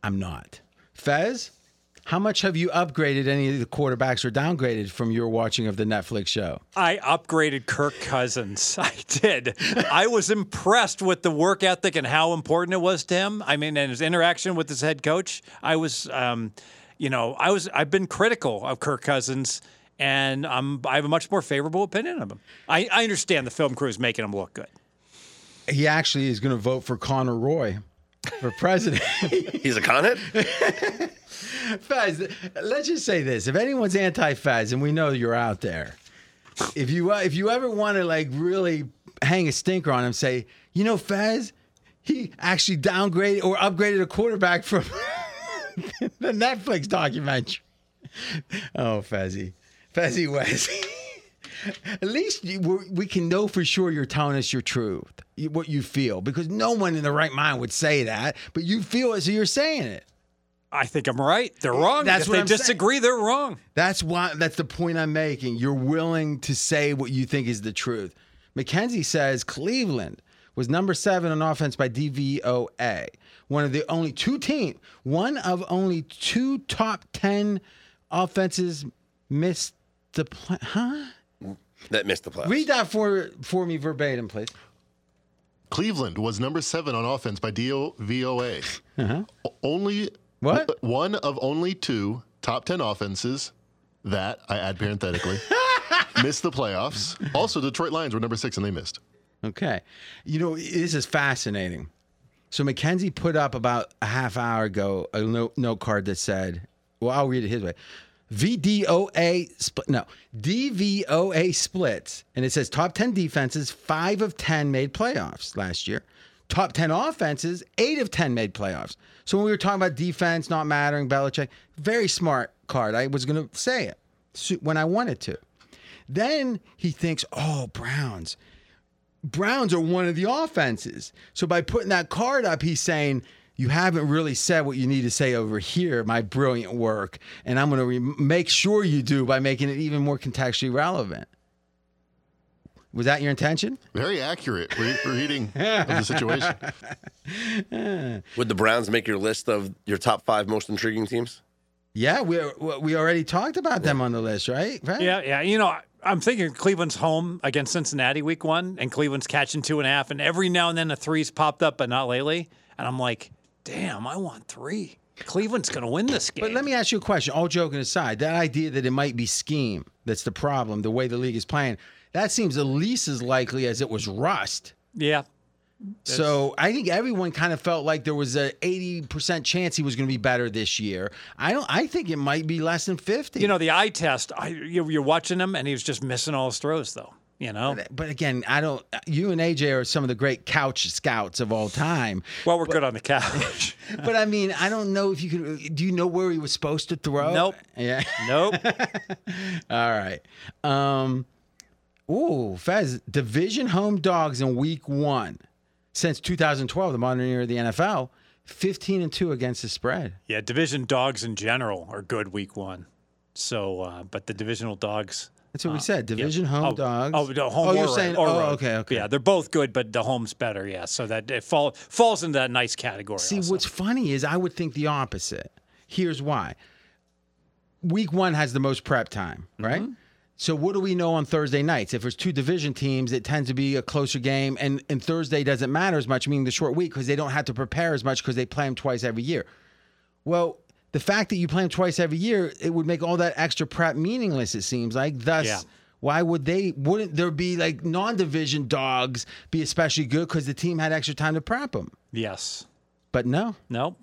B: I'm not. Fez, how much have you upgraded any of the quarterbacks or downgraded from your watching of the Netflix show?
D: I upgraded Kirk Cousins. I did. I was impressed with the work ethic and how important it was to him. I mean, and his interaction with his head coach. I was, um, you know, I was. I've been critical of Kirk Cousins. And I'm, I have a much more favorable opinion of him. I, I understand the film crew is making him look good.
B: He actually is gonna vote for Connor Roy for president.
C: He's a conhead.
B: Fez, let's just say this: if anyone's anti-Fez, and we know you're out there, if you uh, if you ever want to like really hang a stinker on him, say, you know, Fez, he actually downgraded or upgraded a quarterback from the Netflix documentary. Oh, Fezzy, Fezzy West. At least you, we- we can know for sure you're telling us your truth, you- what you feel, because no one in the right mind would say that, but you feel it, so you're saying it.
D: I think I'm right. They're wrong.
B: That's
D: if
B: what
D: they
B: I'm saying.
D: disagree, they're wrong.
B: That's why. That's the point I'm making. You're willing to say what you think is the truth. McKenzie says Cleveland was number seven on offense by DVOA, one of the only two team, one of only two top ten offenses missed the play. Huh?
C: That missed the playoffs.
B: Read that for for me verbatim, please.
F: Cleveland was number seven on offense by DVOA. O- Only
B: Uh-huh. What?
F: One of only two top ten offenses that I add parenthetically missed the playoffs. Also, Detroit Lions were number six and they missed.
B: Okay. You know, this is fascinating. So Mackenzie put up about a half hour ago a note, note card that said, well, I'll read it his way. VDOA split, no, DVOA splits. And it says top 10 defenses, five of 10 made playoffs last year. Top 10 offenses, eight of 10 made playoffs. So when we were talking about defense not mattering, Belichick, very smart card. I was going to say it so- when I wanted to. Then he thinks, oh, Browns. Browns are one of the offenses. So by putting that card up, he's saying, you haven't really said what you need to say over here, my brilliant work. And I'm going to re- make sure you do by making it even more contextually relevant. Was that your intention?
F: Very accurate re- reading of the situation.
C: Would the Browns make your list of your top five most intriguing teams?
B: Yeah, we we already talked about them on the list, right? Right?
D: Yeah, yeah. You know, I- I'm thinking Cleveland's home against Cincinnati week one, and Cleveland's catching two and a half, and every now and then a three's popped up, but not lately. And I'm like, damn, I want three. Cleveland's going to win this game.
B: But let me ask you a question. All joking aside, that idea that it might be scheme that's the problem, the way the league is playing, that seems at least as likely as it was rust.
D: yeah.
B: so I think everyone kind of felt like there was a 80% chance he was going to be better this year. I don't I think it might be less than 50.
D: You know, the eye test, I, you- you're watching him, and he was just missing all his throws, though. You know?
B: but again, I don't you and AJ are some of the great couch scouts of all time.
D: Well, we're good on the couch.
B: But I mean, I don't know if you could do you know where he was supposed to throw?
D: Nope.
B: Oh, Yeah.
D: nope.
B: All right. Um, ooh, Fez, division home dogs in week one since 2012, the modern era of the NFL, 15 and 2 against the spread.
D: Yeah, division dogs in general are good week one. So, uh, but the divisional dogs.
B: That's what we said.
D: Uh, yeah.
B: Division home
D: oh,
B: dogs.
D: Oh, no, home
B: oh,
D: or
B: you're
D: road-
B: saying,
D: or
B: oh,
D: road.
B: okay, okay.
D: Yeah, they're both good, but the home's better. Yeah, so that it fall, falls into that nice category.
B: See,
D: also.
B: what's funny is I would think the opposite. Here's why. Week one has the most prep time, right? So what do we know on Thursday nights? If there's two division teams, it tends to be a closer game, and and Thursday doesn't matter as much, meaning the short week, because they don't have to prepare as much because they play them twice every year. Well, the fact that you play them twice every year, it would make all that extra prep meaningless. It seems like. Thus,
D: Yeah.
B: why would they? Wouldn't there be like non-division dogs be especially good because the team had extra time to prep them?
D: yes.
B: But no,
D: Nope.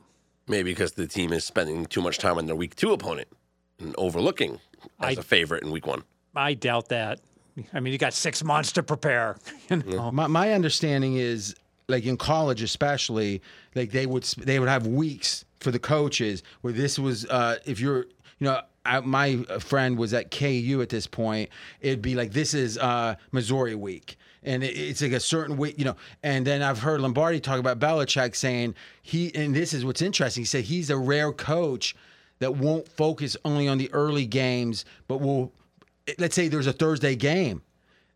C: Maybe because the team is spending too much time on their week two opponent and overlooking as
D: I-
C: a favorite in week one.
D: I doubt that. I mean, you got six months to prepare. You know?
B: My, my understanding is like in college especially like they would sp- they would have weeks for the coaches where this was uh if you're you know I, my friend was at KU at this point it'd be like this is uh Missouri week and it, it's like a certain week you know and then I've heard Lombardi talk about Belichick saying he and this is what's interesting he said he's a rare coach that won't focus only on the early games but will let's say there's a Thursday game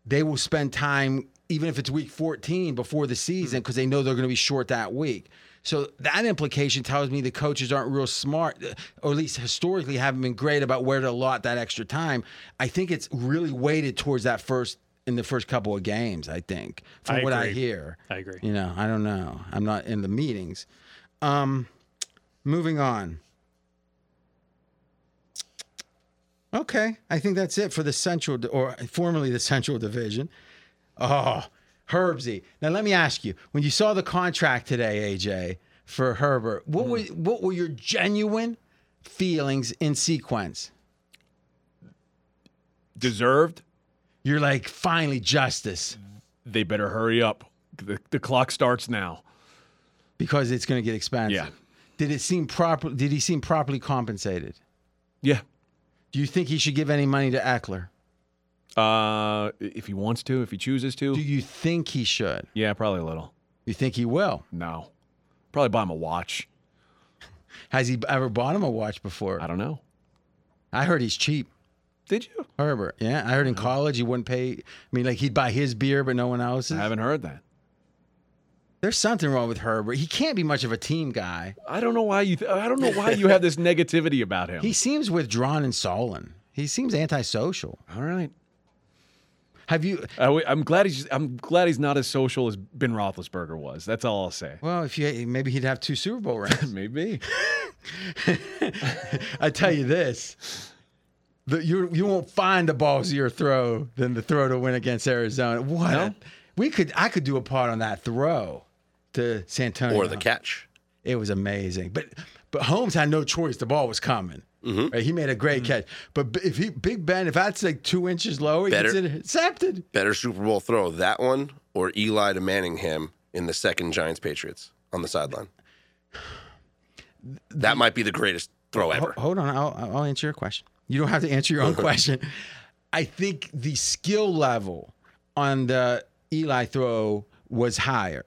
B: they will spend time even if it's week 14 before the
D: Mm-hmm.
B: season because they know they're going to be short that week so that implication tells me the coaches aren't real smart or at least historically haven't been great about where to allot that extra time i think it's really weighted towards that first in the first couple of games i think from
D: I
B: what i
D: agree.
B: hear
D: I agree.
B: you know i don't know i'm not in the meetings um moving on Okay, I think that's it for the Central or formerly the Central Division. Oh, Herbsy. Now let me ask you: When you saw the contract today, AJ, for Herbert, what
D: Hmm.
B: were what were your genuine feelings in sequence?
E: Deserved.
B: You're like, finally justice,
E: They better hurry up. The, the clock starts now.
B: because it's going to get expensive.
E: Yeah.
B: Did it seem proper? Did he seem properly compensated?
E: Yeah.
B: Do you think he should give any money to Eckler?
E: Uh, if he wants to, if he chooses to.
B: Do you think he should?
E: Yeah, probably a little.
B: You think he will?
E: No. Probably buy him a watch.
B: Has he ever bought him a watch before?
E: I don't know.
B: I heard he's cheap.
E: Did you?
B: Herbert. Yeah, I heard in college he wouldn't pay. I mean, like he'd buy his beer, but no one else's.
E: I haven't heard that.
B: There's something wrong with Herbert. He can't be much of a team guy.
E: I don't know why you. Th- I don't know why you have this negativity about him.
B: He seems withdrawn and sullen. He seems antisocial.
E: All right.
B: Have you?
E: I w- Uh, I'm glad he's. I'm glad he's not as social as Ben Roethlisberger was. That's all I'll say.
B: Well, if you maybe he'd have two Super Bowl rings.
E: Maybe.
B: I tell you this. The, you you won't find a ballsier throw than the throw to win against Arizona. What? a-
E: No?
B: we could I could do a part on that throw to Santonio.
C: Or the catch.
B: It was amazing. But but Holmes had no choice. The ball was coming.
C: Mm-hmm.
B: Right? He made a great catch. But b- if he Big Ben, if that's like two inches lower, he gets
C: Better-
B: it intercepted.
C: Better Super Bowl throw, that one or Eli to Manningham in the second Giants Patriots on the sideline. That might be the greatest throw ever.
B: Hold on, I'll, I'll answer your question. You don't have to answer your own question. I think the skill level on the Eli throw was higher.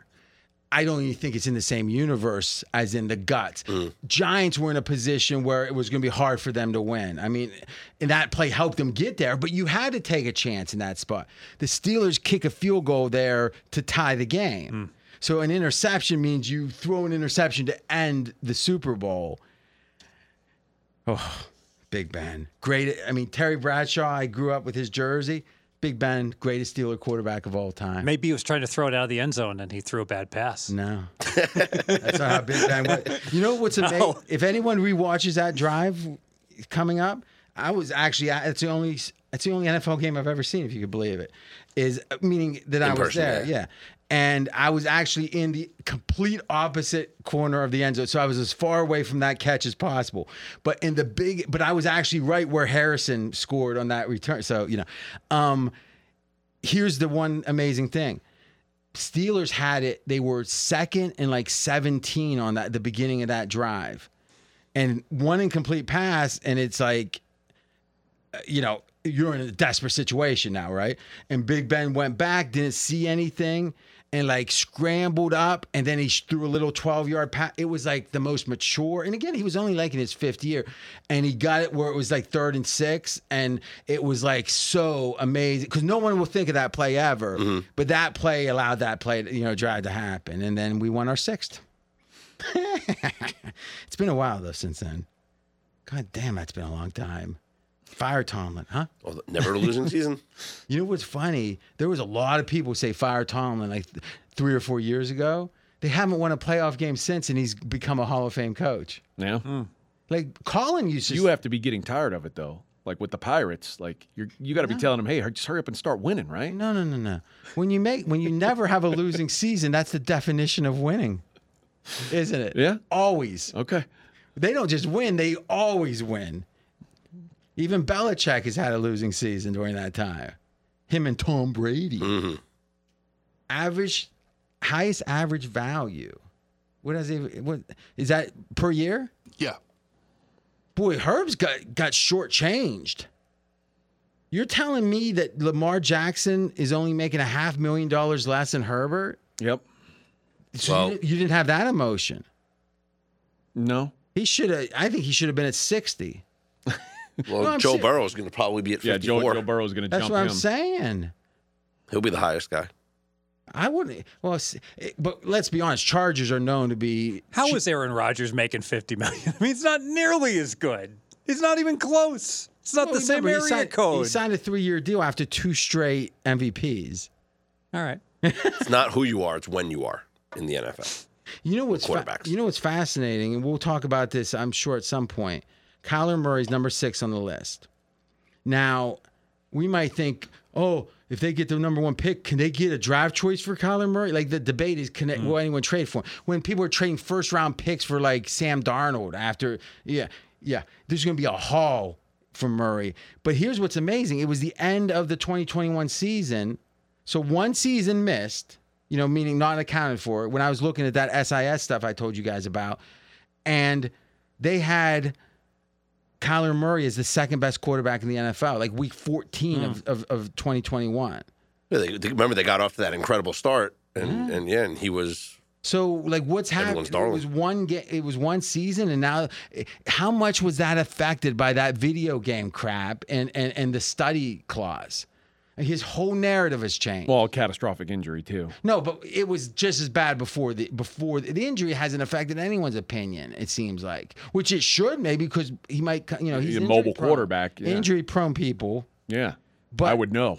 B: I don't even think it's in the same universe as in the guts. Giants were in a position where it was going to be hard for them to win. I mean, and that play helped them get there, but you had to take a chance in that spot. The Steelers kick a field goal there to tie the game. So an interception means you throw an interception to end the Super Bowl. Oh, Big Ben. Great. I mean, Terry Bradshaw, I grew up with his jersey. Big Ben, greatest Steeler quarterback of all time.
D: Maybe he was trying to throw it out of the end zone and he threw a bad pass.
B: No, that's not how Big Bang went. You know what's amazing? If anyone rewatches that drive coming up, I was actually I- it's the only it's the only NFL game I've ever seen, if you could believe it. Is uh, meaning that I was
C: person,
B: there,
C: yeah.
B: yeah. And I was actually in the complete opposite corner of the end zone, so I was as far away from that catch as possible. But in the big, but I was actually right where Harrison scored on that return. So you know, um, here's the one amazing thing. Steelers had it. They were second and like 17 on that the beginning of that drive. And one incomplete pass and it's like uh, you know, you're in a desperate situation now, right? And Big Ben went back, didn't see anything and like scrambled up and then he sh- threw a little 12-yard pass. It was like the most mature. And again, he was only like in his 5th year and he got it where it was like 3rd and 6 and it was like so amazing cuz no one will think of that play ever. But that play allowed that play, to, you know, drive to happen and then we won our 6th. It's been a while though since then. God damn, that's been a long time. Fire Tomlin, huh?
C: Well, never a losing season.
B: You know what's funny? There was a lot of people say fire Tomlin like th- three or four years ago. They haven't won a playoff game since, and he's become a Hall of Fame coach.
E: Yeah.
B: Like Colin used to.
E: You have to be getting tired of it though. Like with the Pirates, like you're you got to be telling them, hey, just hurry up and start winning, right?
B: no, no, no, no. When you make, when you never have a losing season, that's the definition of winning, isn't it?
E: Yeah.
B: Always.
E: Okay.
B: They don't just win; they always win. Even Belichick has had a losing season during that time. Him and Tom Brady.
E: Mm-hmm.
B: Average, highest average value. What does he? What is that per year?
F: Yeah.
B: Boy, Herb's got got shortchanged. You're telling me that Lamar Jackson is only making a half million dollars less than Herbert?
E: Yep.
B: So
C: Well-
B: you, didn't, you didn't have that emotion.
E: No.
B: He should have. I think he should have been at sixty.
C: Well,
B: No, I'm
C: Joe
B: ser-
C: Burrow's going to probably be at
E: Yeah,
C: 54.
E: Joe, Joe Burrow's going to
B: That's
E: jump
B: what I'm
E: him.
B: saying.
C: He'll be the highest guy.
B: I wouldn't. Well, s- it- but let's be honest. Chargers are known to be.
D: How is Aaron Rodgers making 50 million? I mean, it's not nearly as good. He's not even close. It's not
B: Well,
D: the same
B: remember,
D: area
B: he signed, He
D: code.
B: signed a three-year deal after two straight MVPs.
D: All right.
C: It's not who you are; it's when you are in the NFL.
B: You know what's fa-
C: quarterbacks.
B: you know what's fascinating, and we'll talk about this, I'm sure, at some point. Kyler Murray's number six on the list. Now, we might think, oh, if they get the number one pick, can they get a draft choice for Kyler Murray? Like the debate is, can will anyone trade for him? When people are trading first round picks for like Sam Darnold after, yeah, yeah, there's going to be a haul for Murray. But here's what's amazing: it was the end of the 2021 season, so one season missed. You know, meaning not accounted for. When I was looking at that SIS stuff I told you guys about, and they had Kyler Murray is the second best quarterback in the NFL, like week 14 of, of, of 2021.
C: Yeah, they, they- remember, they got off to that incredible start, and and yeah, and he was
B: So like what's happened?
C: Everyone's
B: It
C: darling.
B: was one game. It was one season, and now, how much was that affected by that video game crap and and, and the study clause? His whole narrative has changed.
E: Well, catastrophic injury too.
B: No, but it was just as bad before the before the, the injury hasn't affected anyone's opinion. It seems like, which it should maybe because he might co- you know he's
E: He's a
B: injury
E: mobile
B: prone.
E: quarterback, yeah.
B: injury prone people.
E: Yeah.
B: But-
E: I would know.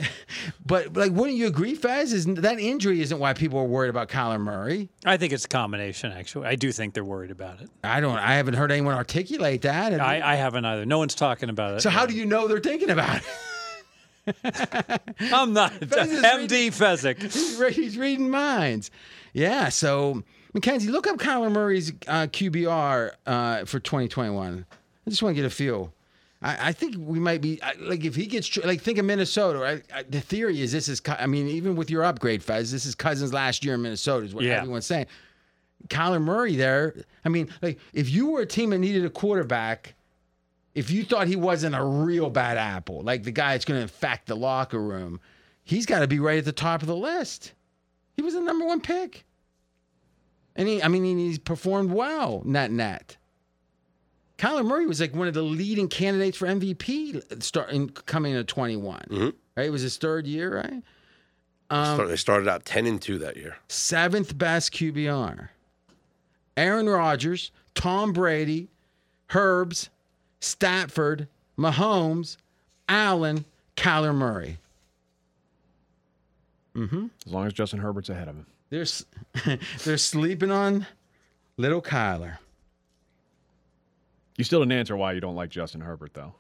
B: But like, wouldn't you agree, Fez? Is that injury isn't why people are worried about Kyler Murray?
D: I think it's a combination, actually. I do think they're worried about it.
B: I don't. I haven't heard anyone articulate that. Have you?
D: I, I haven't either. No one's talking about it.
B: so how do you know they're thinking about it?
D: I'm not
B: is
D: MD Fezzik.
B: He's re- He's reading minds. Yeah. So Mackenzie, look up Kyler Murray's uh, QBR uh, for 2021. I just want to get a feel. I, I think we might be I, like if he gets tr- like think of Minnesota. Right? I, the theory is this is Ky- I mean even with your upgrade, Fez, this is Cousins last year in Minnesota is what
D: Yeah.
B: everyone's saying. Kyler Murray there. I mean, like if you were a team that needed a quarterback, if you thought he wasn't a real bad apple, like the guy that's going to infect the locker room, he's got to be right at the top of the list. He was the number one pick. And he, I mean, and he's performed well, net net. Kyler Murray was like one of the leading candidates for MVP uh, start in, coming into 21. Right? It was his third year, right?
C: start- they started out ten and two that year.
B: seventh best QBR. Aaron Rodgers, Tom Brady, Herbs, Stafford, Mahomes, Allen, Kyler Murray.
E: As long as Justin Herbert's ahead of him.
B: They're s- they're sleeping on little Kyler.
E: You still didn't answer why you don't like Justin Herbert, though.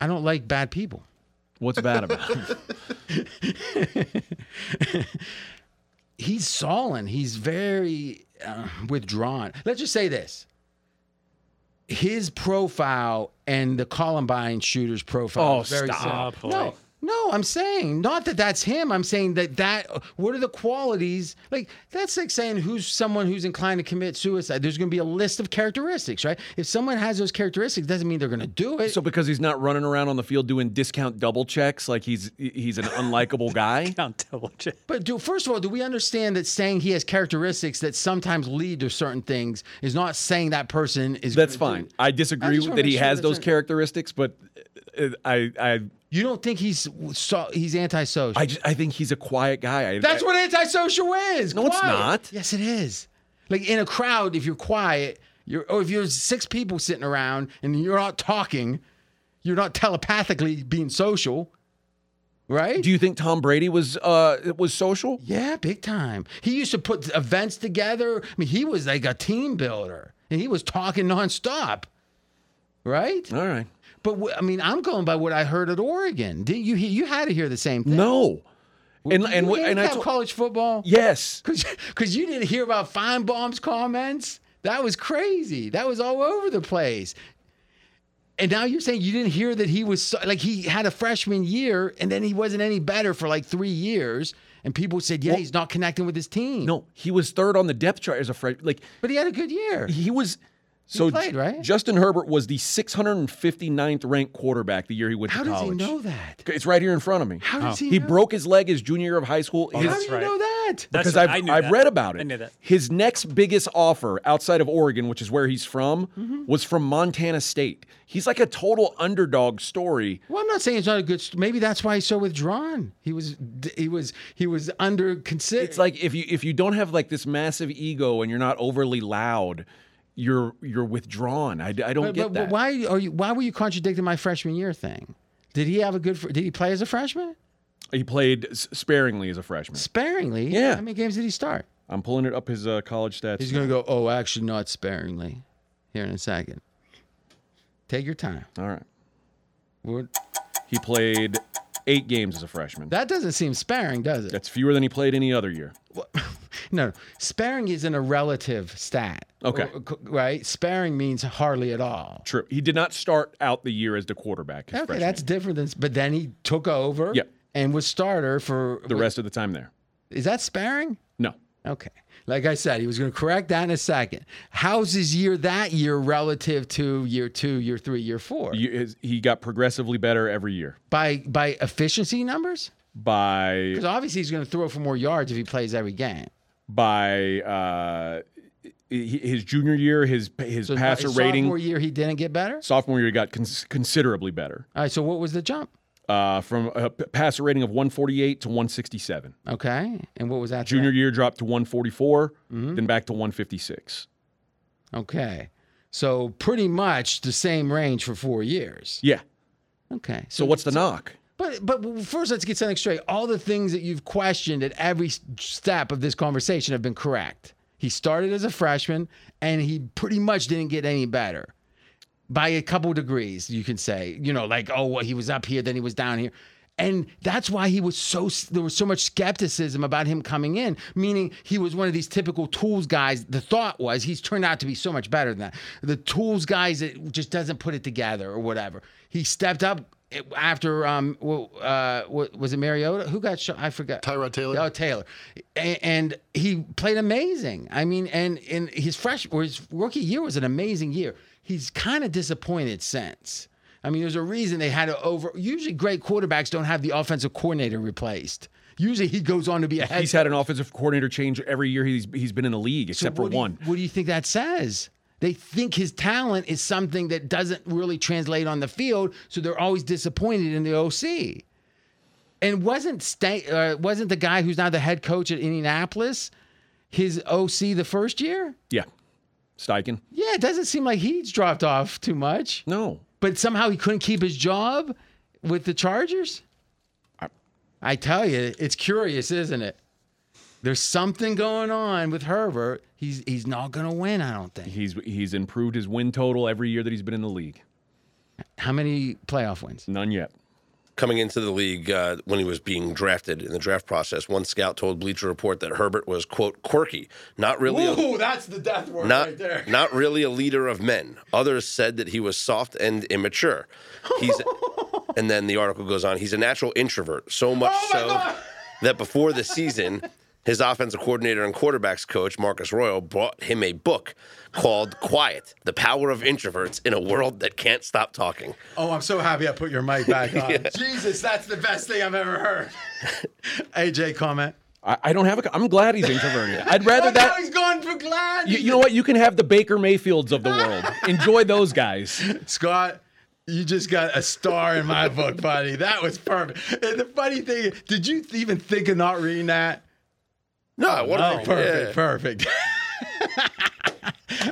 B: I don't like bad people.
E: What's bad about him?
B: He's sullen. He's very uh, withdrawn. Let's just say this. His profile and the Columbine shooter's profile.
E: Oh,
B: is very
E: stop.
B: similar. No, no, I'm saying not that that's him. I'm saying that that what are the qualities? Like that's like saying who's someone who's inclined to commit suicide. There's going to be a list of characteristics, right? If someone has those characteristics, doesn't mean they're going to do it.
E: So because he's not running around on the field doing discount double checks like he's he's an unlikable guy.
D: Count double check.
B: But do first of all, do we understand that saying he has characteristics that sometimes lead to certain things is not saying that person is.
E: That's
B: gonna
E: fine.
B: do-
E: I
B: I
E: disagree
B: just wanna
E: that he
B: make sure
E: has
B: that's
E: those
B: in-
E: characteristics, but uh, I I
B: You don't think he's so, he's antisocial?
E: I, just, I think he's a quiet guy. I,
B: That's
E: I-
B: what antisocial is.
E: No, it's
B: quiet.
E: not.
B: Yes, it is. Like in a crowd, if you're quiet, you're or if you're six people sitting around and you're not talking, you're not telepathically being social, right?
E: Do you think Tom Brady was uh was social?
B: Yeah, big time. He used to put events together. I mean, he was like a team builder and he was talking nonstop. Right?
E: All right.
B: But wh- I mean, I'm going by what I heard at Oregon. Did you hear- you had to hear the same thing?
E: No. And
B: You
E: and wh-
B: didn't
E: and I
B: have
E: told,
B: college football.
E: yes.
B: Cuz cuz you didn't hear about Feinbaum's comments. That was crazy. That was all over the place. And now you're saying you didn't hear that he was so, like he had a freshman year and then he wasn't any better for like 3 years and people said, "Yeah, he's not connecting with his team."
E: No, he was third on the depth chart as a fresh. Like
B: But he had a good year.
E: he was. So J-
B: played, right?
E: Justin Herbert was the 659th ranked quarterback the year he went
B: How
E: to
B: does he
E: college.
B: know that?
E: It's right here in front of me.
B: How does Oh, he?
E: He
B: know?
E: broke his leg his junior year of high school. His-
B: How do you
D: right.
B: know that?
D: That's
E: because
D: right.
E: I've,
D: I knew
E: I've
D: that.
E: read about it.
D: I knew that.
E: His next biggest offer outside of Oregon, which is where he's from,
D: Mm-hmm.
E: was from Montana State. He's like a total underdog story.
B: Well, I'm not saying it's not a good. St- maybe that's why he's so withdrawn. He was, he was, he was under consider.
E: It's like if you if you don't have like this massive ego and you're not overly loud, you're you're withdrawn. I, I don't
B: but,
E: get
B: but- but
E: that.
B: why are you? Why were you contradicting my freshman year thing? Did he have a good? fr- Did he play as a freshman?
E: He played s- sparingly as a freshman.
B: Sparingly.
E: Yeah.
B: How many games did he start?
E: I'm pulling it up his uh, college stats.
B: He's gonna go. Oh, actually, not sparingly. Here in a second. Take your time.
E: All right.
B: We're-
E: He played eight games as a freshman.
B: That doesn't seem sparing, does it?
E: That's fewer than he played any other year.
B: No, no. sparing isn't a relative stat.
E: Okay.
B: Or- or- Right? Sparing means hardly at all.
E: True. He did not start out the year as the quarterback. His
B: Okay,
E: freshman
B: that's
E: year.
B: different than. But then he took over.
E: Yep.
B: And was starter for
E: the rest of the time there.
B: Is that sparing?
E: No.
B: Okay. Like I said, he was going to correct that in a second. How's his year that year relative to year two, year three, year four?
E: You- his- He got progressively better every year
B: by by efficiency numbers?
E: by
B: Because obviously he's going to throw for more yards if he plays every game.
E: by uh, h- his junior year, his his
B: So
E: passer
B: his
E: rating.
B: Sophomore year, he didn't get better.
E: Sophomore year, he got cons- considerably better
B: All right. So what was the jump?
E: uh, from a p- passer rating of 148 to 167.
B: Okay. And what was that?
E: Junior year dropped to 144,
B: Mm-hmm.
E: then back to 156.
B: Okay. So pretty much the same range for four years.
E: Yeah.
B: Okay.
E: So what's the knock?
B: But but first, let's get something straight. All the things that you've questioned at every step of this conversation have been correct. He started as a freshman, and he pretty much didn't get any better by a couple degrees. You can say, you know, like oh, well, he was up here, then he was down here. And that's why he was so there was so much skepticism about him coming in, meaning he was one of these typical tools guys. The thought was he's turned out to be so much better than that. The tools guys that just doesn't put it together or whatever. He stepped up after um well, uh what was it Mariota who got shot? I forgot.
F: Tyrod Taylor.
B: Oh, Taylor, A- and he played amazing. I mean, and in his fresh or his rookie year was an amazing year. He's kind of disappointed since. I mean, there's a reason they had to over. Usually, great quarterbacks don't have the offensive coordinator replaced. Usually, he goes on to be a head.
E: He's had an offensive coordinator change every year he's he's been in the league,
B: So
E: except for
B: what do you-
E: one.
B: what do you think that says? They think his talent is something that doesn't really translate on the field, so they're always disappointed in the OC. And wasn't sta- uh, wasn't the guy who's now the head coach at Indianapolis his OC the first year?
E: Yeah. Steichen.
B: Yeah, it doesn't seem like he's dropped off too much.
E: No.
B: But somehow he couldn't keep his job with the Chargers. I tell you, it's curious, isn't it? There's something going on with Herbert. He's he's not going to win, I don't think.
E: He's he's improved his win total every year that he's been in the league.
B: How many playoff wins?
E: None yet.
C: Coming into the league uh, when he was being drafted in the draft process, one scout told Bleacher Report that Herbert was quote quirky, not really a
B: that's the death word
C: not, not really a leader of men. Others said that he was soft and immature. He's, and then the article goes on. He's a natural introvert, so much
B: Oh
C: so that before the season, his offensive coordinator and quarterbacks coach Marcus Royal bought him a book called "Quiet: The Power of Introverts in a World That Can't Stop Talking."
B: Oh, I'm so happy I put your mic back on. Jesus, that's the best thing I've ever heard. AJ, comment.
E: I, I don't have a. I'm glad he's introverted. I'd rather
B: Look how
E: that.
B: he's gone for glad.
E: You, you know what? You can have the Baker Mayfields of the world. Enjoy those guys.
B: Scott, you just got a star in my book, buddy. That was perfect. And the funny thing, did you even think of not reading that?
C: No, what a
B: Oh, Perfect, perfect.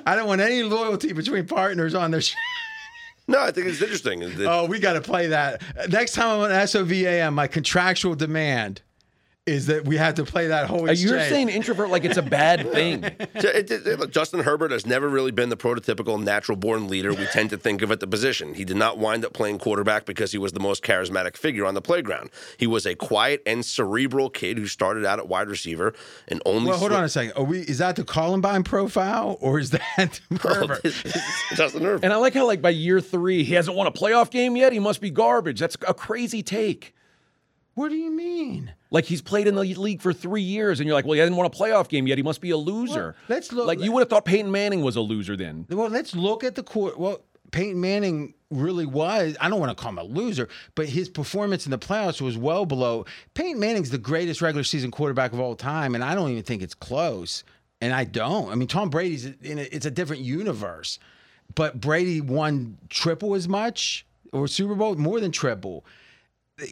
B: I don't want any loyalty between partners on their show.
C: No, I think it's interesting. It-
B: Oh, we got to play that. Next time I'm on SOVAM, my contractual demand is that we have to play that whole
E: Uh,
B: exchange.
E: You're saying introvert like it's a bad thing.
C: Ju- it- it- look, Justin Herbert has never really been the prototypical natural born leader we tend to think of at the position. He did not wind up playing quarterback because he was the most charismatic figure on the playground. He was a quiet and cerebral kid who started out at wide receiver and only.
B: Well, hold
C: swi-
B: on a second. Are we? Is that the Columbine profile, or is that Herbert?
C: This is Justin Herbert.
E: And I like how, like, by year three, he hasn't won a playoff game yet. He must be garbage. That's a crazy take.
B: What do you mean?
E: Like, he's played in the league for three years, and you're like, well, he hasn't won a playoff game yet. He must be a loser.
B: Well, let's look-
E: Like, you would have thought Peyton Manning was a loser then.
B: Well, let's look at the court. Well, Peyton Manning really was. I don't want to call him a loser, but his performance in the playoffs was well below. Peyton Manning's the greatest regular season quarterback of all time, and I don't even think it's close. And I don't. I mean, Tom Brady's in a, it's a different universe, but Brady won triple as much or Super Bowl more than triple.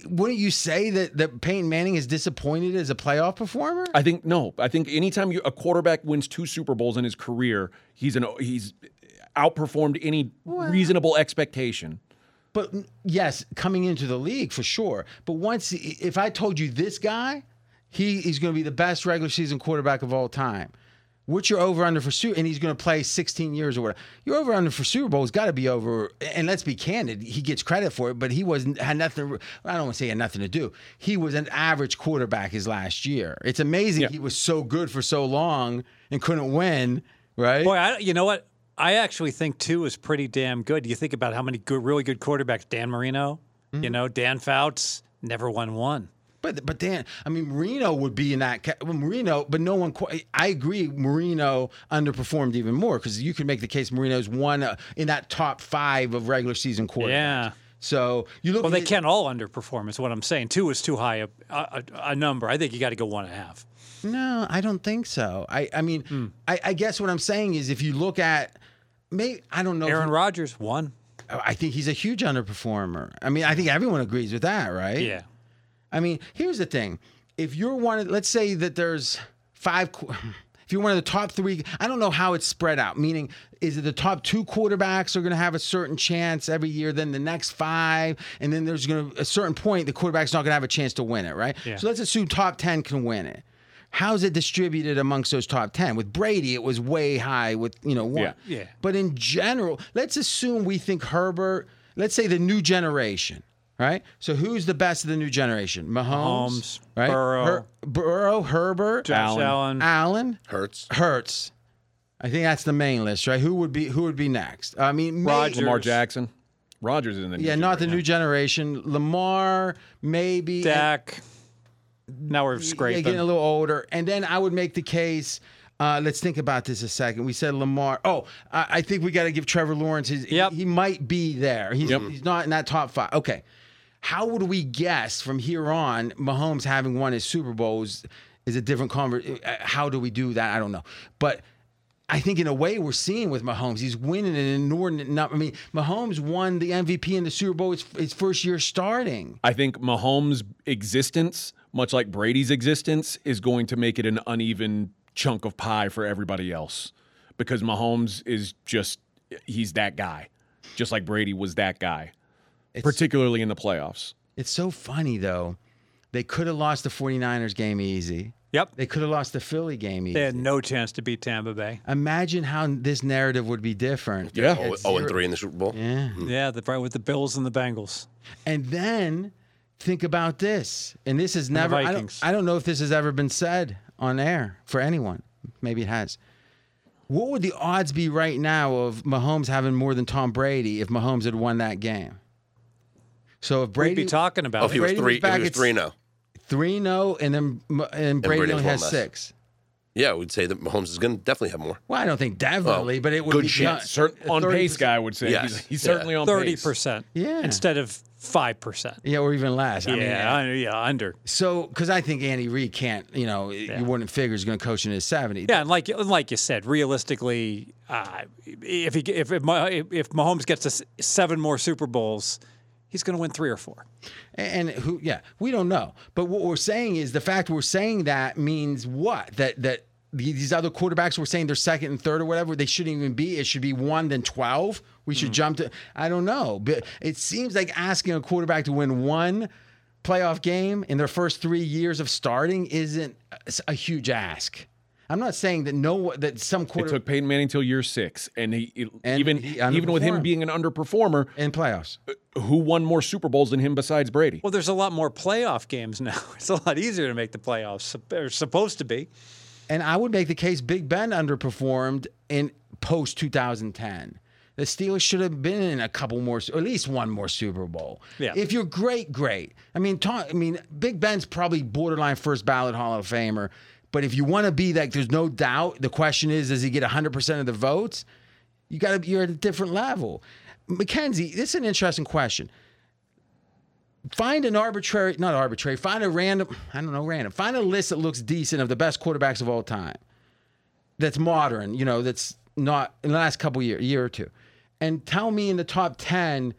B: Wouldn't you say that that Peyton Manning is disappointed as a playoff performer?
E: I think no. I think anytime you, a quarterback wins two Super Bowls in his career, he's an he's outperformed any reasonable expectation.
B: But yes, coming into the league for sure. But once, if I told you this guy, he is going to be the best regular season quarterback of all time. What's your over under for Super? And he's going to play 16 years or whatever. Your over under for Super Bowl has got to be over. And let's be candid, he gets credit for it, but he wasn't had nothing. I don't want to say he had nothing to do. He was an average quarterback his last year. It's amazing he was so good for so long and couldn't win. Right?
D: Boy, I, you know what? I actually think two is pretty damn good. You think about how many good, really good quarterbacks, Dan Marino,
B: Mm-hmm.
D: you know, Dan Fouts, never won one.
B: But but Dan, I mean Marino would be in that ca- well, Marino, but no one. Quite, I agree. Marino underperformed even more because you could make the case Marino's one uh, in that top five of regular season quarterbacks.
D: Yeah.
B: So you look.
D: Well, they
B: at-
D: can all underperform, is what I'm saying. Two is too high a, a, a number. I think you got to go one and a half.
B: No, I don't think so. I I mean,
D: Hmm.
B: I, I guess what I'm saying is if you look at. May I don't know. if
D: Aaron
B: he-
D: Rodgers, one.
B: I think he's a huge underperformer. I mean, I think everyone agrees with that, right?
D: Yeah.
B: I mean, here's the thing: if you're one, of, let's say that there's five. qu- If you're one of the top three, I don't know how it's spread out. Meaning, is it the top two quarterbacks are going to have a certain chance every year? Then the next five, and then there's going to a certain point the quarterback's not going to have a chance to win it, right? So let's assume top ten can win it. How's it distributed amongst those top ten? With Brady, it was way high. With you know one,
E: Yeah.
D: Yeah.
B: But in general, let's assume we think Herbert. Let's say the new generation, right? So who's the best of the new generation? Mahomes,
D: Mahomes,
B: right?
D: Burrow.
B: Burrow, Herbert,
D: Josh Allen.
B: Allen,
C: Hurts.
B: Hurts. I think that's the main list, right? Who would be who would be next? I mean, may-
D: Rodgers.
E: Lamar Jackson, Rogers is in the
B: Yeah, not the new generation. Lamar, maybe. and-
D: Dak. Now we're
B: Yeah,
D: scraping.
B: getting a little older. And then I would make the case. Uh, let's think about this a second. We said Lamar. Oh, I, I think we got to give Trevor Lawrence. His,
D: Yep.
B: he, he might be there. He's,
E: Yep.
B: he's not in that top five. Okay. How would we guess from here on Mahomes having won his Super Bowls is a different conversation? How do we do that? I don't know. But I think in a way we're seeing with Mahomes, he's winning an inordinate number. I mean, Mahomes won the MVP in the Super Bowl his, his first year starting.
E: I think Mahomes' existence, much like Brady's existence, is going to make it an uneven chunk of pie for everybody else because Mahomes is just, he's that guy, just like Brady was that guy, particularly in the playoffs.
B: It's so funny though. They could have lost the 49ers game easy.
D: Yep.
B: They could have lost the Philly game easy.
D: They had no chance to beat Tampa Bay.
B: Imagine how this narrative would be different.
E: Yeah.
C: Oh,
B: It's
C: oh and
B: zero-
C: three in the Super Bowl.
B: Yeah.
D: Yeah, the right with the Bills and the Bengals.
B: And then think about this. And this is
D: the
B: never, I
D: Vikings.
B: don't, I don't know if this has ever been said on air for anyone. Maybe it has. What would the odds be right now of Mahomes having more than Tom Brady if Mahomes had won that game? So if
D: We'd
B: Brady
D: be talking
C: Oh,
D: about
C: if he
D: it.
C: was
B: Brady was
C: three, if
B: back,
C: he was
B: it's-
C: three oh. now.
B: three no and then M- and Brady
C: Brady's
B: only
C: one
B: has
C: less.
B: six.
C: Yeah, we'd say that Mahomes is going to definitely have more.
B: Well, I don't think definitely, but it would
C: good
B: be
C: shit.
B: not-
E: Cer- on
B: 30%.
E: pace guy would say
C: Yes.
E: he's, he's
C: Yeah.
E: certainly on
D: thirty
E: pace.
D: percent.
B: Yeah.
D: Instead of five percent.
B: Yeah, or even less. I mean,
D: Yeah, I- uh, yeah, under.
B: So, because I think Andy Reid can't, you know, you wouldn't figure he's going to coach in his 70s.
D: Yeah, and like and like you said, realistically, uh, if he if if Mah- if Mahomes gets us seven more Super Bowls, he's going to win three or four.
B: And who, yeah, we don't know. But what we're saying is the fact we're saying that means what? That, that, these other quarterbacks were saying they're second and third or whatever. They shouldn't even be. It should be one, then 12. We
E: Hmm.
B: should jump to, I don't know. But it seems like asking a quarterback to win one playoff game in their first three years of starting isn't a, a huge ask. I'm not saying that no, that some
E: It
B: quarter
E: took Peyton Manning till year six, and he, it-
B: And
E: even
B: he
E: even with him
B: underperformed.
E: being an underperformer,
B: in playoffs.
E: who won more Super Bowls than him besides Brady?
D: Well, there's a lot more playoff games now. It's a lot easier to make the playoffs. sup- They're supposed to be.
B: And I would make the case Big Ben underperformed in post 2010. The Steelers should have been in a couple more, or at least one more Super Bowl.
D: Yeah.
B: If you're great, great. I mean, ta I mean, Big Ben's probably borderline first ballot Hall of Famer. But if you want to be like, there's no doubt. The question is, does he get 100 percent of the votes? You got to. You're at a different level. Mackenzie, this is an interesting question find an arbitrary, not arbitrary, find a random, I don't know, random, find a list that looks decent of the best quarterbacks of all time. That's modern, you know, that's not in the last couple year, year or two. And tell me in the top 10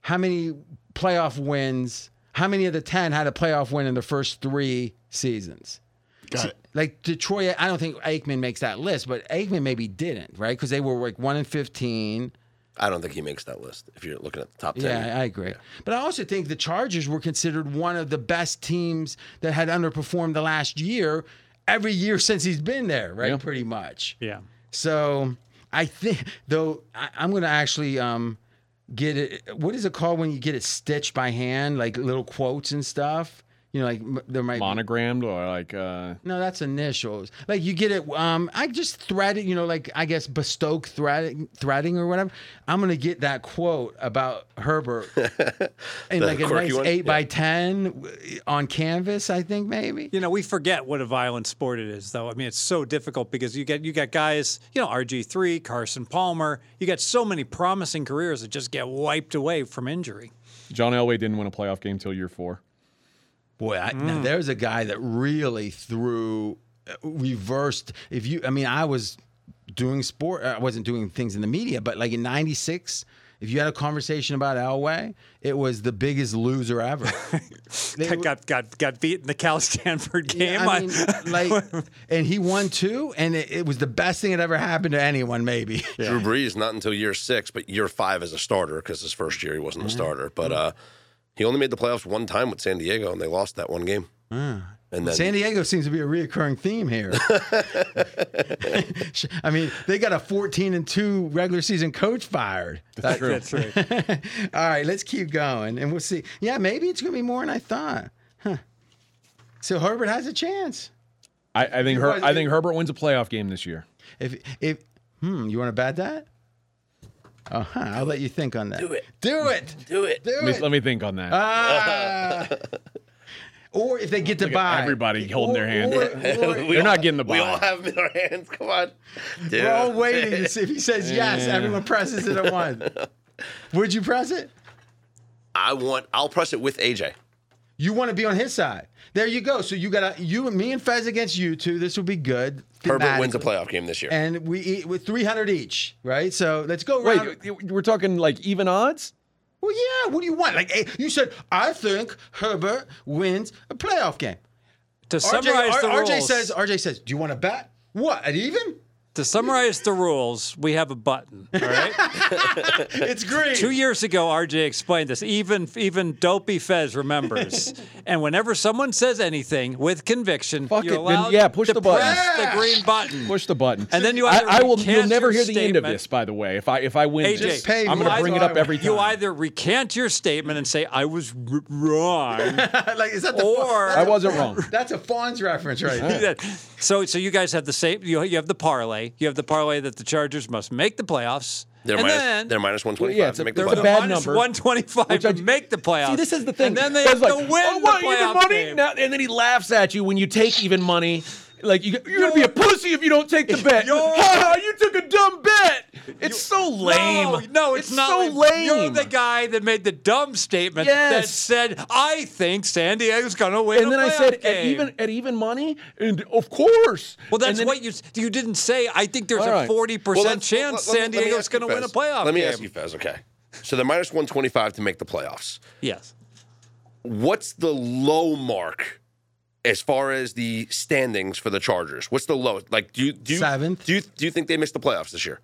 B: how many playoff wins, how many of the 10 had a playoff win in the first 3 seasons.
F: Got it.
B: Like Detroit, I don't think Aikman makes that list, but Aikman maybe didn't, right? Because they were like 1 in 15.
C: I don't think he makes that list if you're looking at the top 10.
B: Yeah, I agree. But I also think the Chargers were considered one of the best teams that had underperformed the last year, every year since he's been there, right? Pretty much.
D: Yeah.
B: So I think, though, I, I'm going to actually um, get it. What is it called when you get it stitched by hand, like little quotes and stuff? You know, like m- there might be.
E: Monogrammed or like uh,
B: No, that's initials. Like you get it. Um, I just thread it. You know, like I guess bestoke threading, threading or whatever. I'm gonna get that quote about Herbert in like a
C: quirky
B: nice
C: one?
B: eight by ten on canvas. I think maybe.
D: You know, we forget what a violent sport it is, though. I mean, it's so difficult because you get you got guys, you know, RG three, Carson Palmer. You got so many promising careers that just get wiped away from injury.
E: John Elway didn't win a playoff game till year four.
B: Boy, I, now there's a guy that really threw uh, reversed. If you, I mean, I was doing sport. I wasn't doing things in the media, but like in '96. If you had a conversation about Elway, it was the biggest loser ever. They-
D: got got got beat in the Cal Stanford game.
B: Yeah, I mean, like, and he won two, and it, it was the best thing that ever happened to anyone. Maybe
C: Drew Brees not until year six, but year five as a starter because his first year he wasn't a starter. But uh, he only made the playoffs one time with San Diego, and they lost that one game. And then
B: San Diego seems to be a reoccurring theme here. I mean, they got a fourteen and two regular season coach fired.
E: That's true.
D: That's right.
B: All right, let's keep going, and we'll see. Yeah, maybe it's gonna be more than I thought. Huh. So Herbert has a chance.
E: I, I think Her-
B: was-
E: I think Herbert wins a playoff game this year.
B: If if hmm, you want to bet that? Uh huh. I'll let you think on that. Do
C: it.
B: Do it.
C: do it.
B: Do
E: Let
B: it.
E: me, let me think on that.
D: Uh,
B: Ah. or if they get to
E: at
B: buy
E: everybody holding their hand.
B: Or, or,
C: We
E: They're
C: all-
E: not getting the
C: We all
E: bye.
C: have them in our hands. Come on. Dude.
B: we're all waiting to see if he says yes. Everyone presses it at once. Would you press it?
C: I want. I'll press it with AJ.
B: You want to be on his side. There you go. So you got to you and me and Fez against you two. This will be good.
C: Herbert wins a
B: Thematically.
C: playoff game this year.
B: and we eat with three hundred each, right? So let's go.
E: Wait,
B: round-
E: you- you- we're talking like even odds?
B: Well, yeah. What do you want? Like eh, you said, I think Herbert wins a playoff game.
D: to
B: RJ,
D: summarize
B: R-
D: the
B: RJ
D: rules,
B: says, RJ says, do you want to bet? What? At even?
D: to summarize the rules, we have a button. All right.
B: It's green.
D: Two years ago, RJ explained this. Even even Dopey Fez remembers. and whenever someone says anything with conviction,
E: Fuck
D: you're
E: it, then,
D: allowed
E: yeah, push
D: to
E: the button.
D: press the green button.
E: Push the button.
D: And then you
E: I,
D: either
E: I will. You'll
D: recant
E: never
D: your
E: hear the end of
D: statement-
E: this. By the way, if I if I win,
D: AJ,
E: this,
B: pay
E: I'm
B: me
E: going
B: my
E: to bring it up
B: highway.
E: every time.
D: You either recant your statement and say I was r- wrong,
B: like is that the fa-
D: or
E: I wasn't wrong.
B: That's a Fawns reference right there.
D: Yeah. so so you guys have the same. You, you have the parlay. You have the parlay that the Chargers must make the playoffs.
C: They're
D: and
C: minus.
D: then
C: they're minus one twenty
E: Well, yeah,
C: five
E: it's
C: to
E: a-
C: make the
E: they're
C: playoffs.
E: a bad
D: minus
E: number.
D: one twenty five
E: Which I-
D: to make the playoffs.
E: See, this is the thing.
D: And then they
E: Guys
D: have
E: like,
D: to win
E: "Oh, what,
D: the
E: even
D: playoff
E: money?
D: game.
E: Now- and then he laughs at you when you take even money. Like you, you're gonna be a pussy if you don't take the bet.
D: You're-
E: Ha, you took a dumb bet. It's so lame.
D: No, no, it's, not.
E: so lame.
D: You're the guy that made the dumb statement that
E: Yes.
D: said, "I think San Diego's going to win."
E: and
D: a
E: then I
D: playoff
E: said at
D: game."
E: even at even money, and of course.
D: Well, that's
E: And then-
D: what you s- you didn't say. I think there's
E: All
D: a
E: right.
D: forty
C: Well,
D: percent
C: let's- let-
D: chance
C: let
D: San
C: me- let me
D: Diego's
C: ask you,
D: going to win a
C: Fez.
D: playoff.
C: Let me
D: game.
C: ask you, Fez. Okay, so they're minus one twenty five to make the playoffs.
D: Yes.
C: What's the low mark as far as the standings for the Chargers? What's the lowest? Like, do you do you,
B: Seventh.
C: Do you do you think they missed the playoffs this year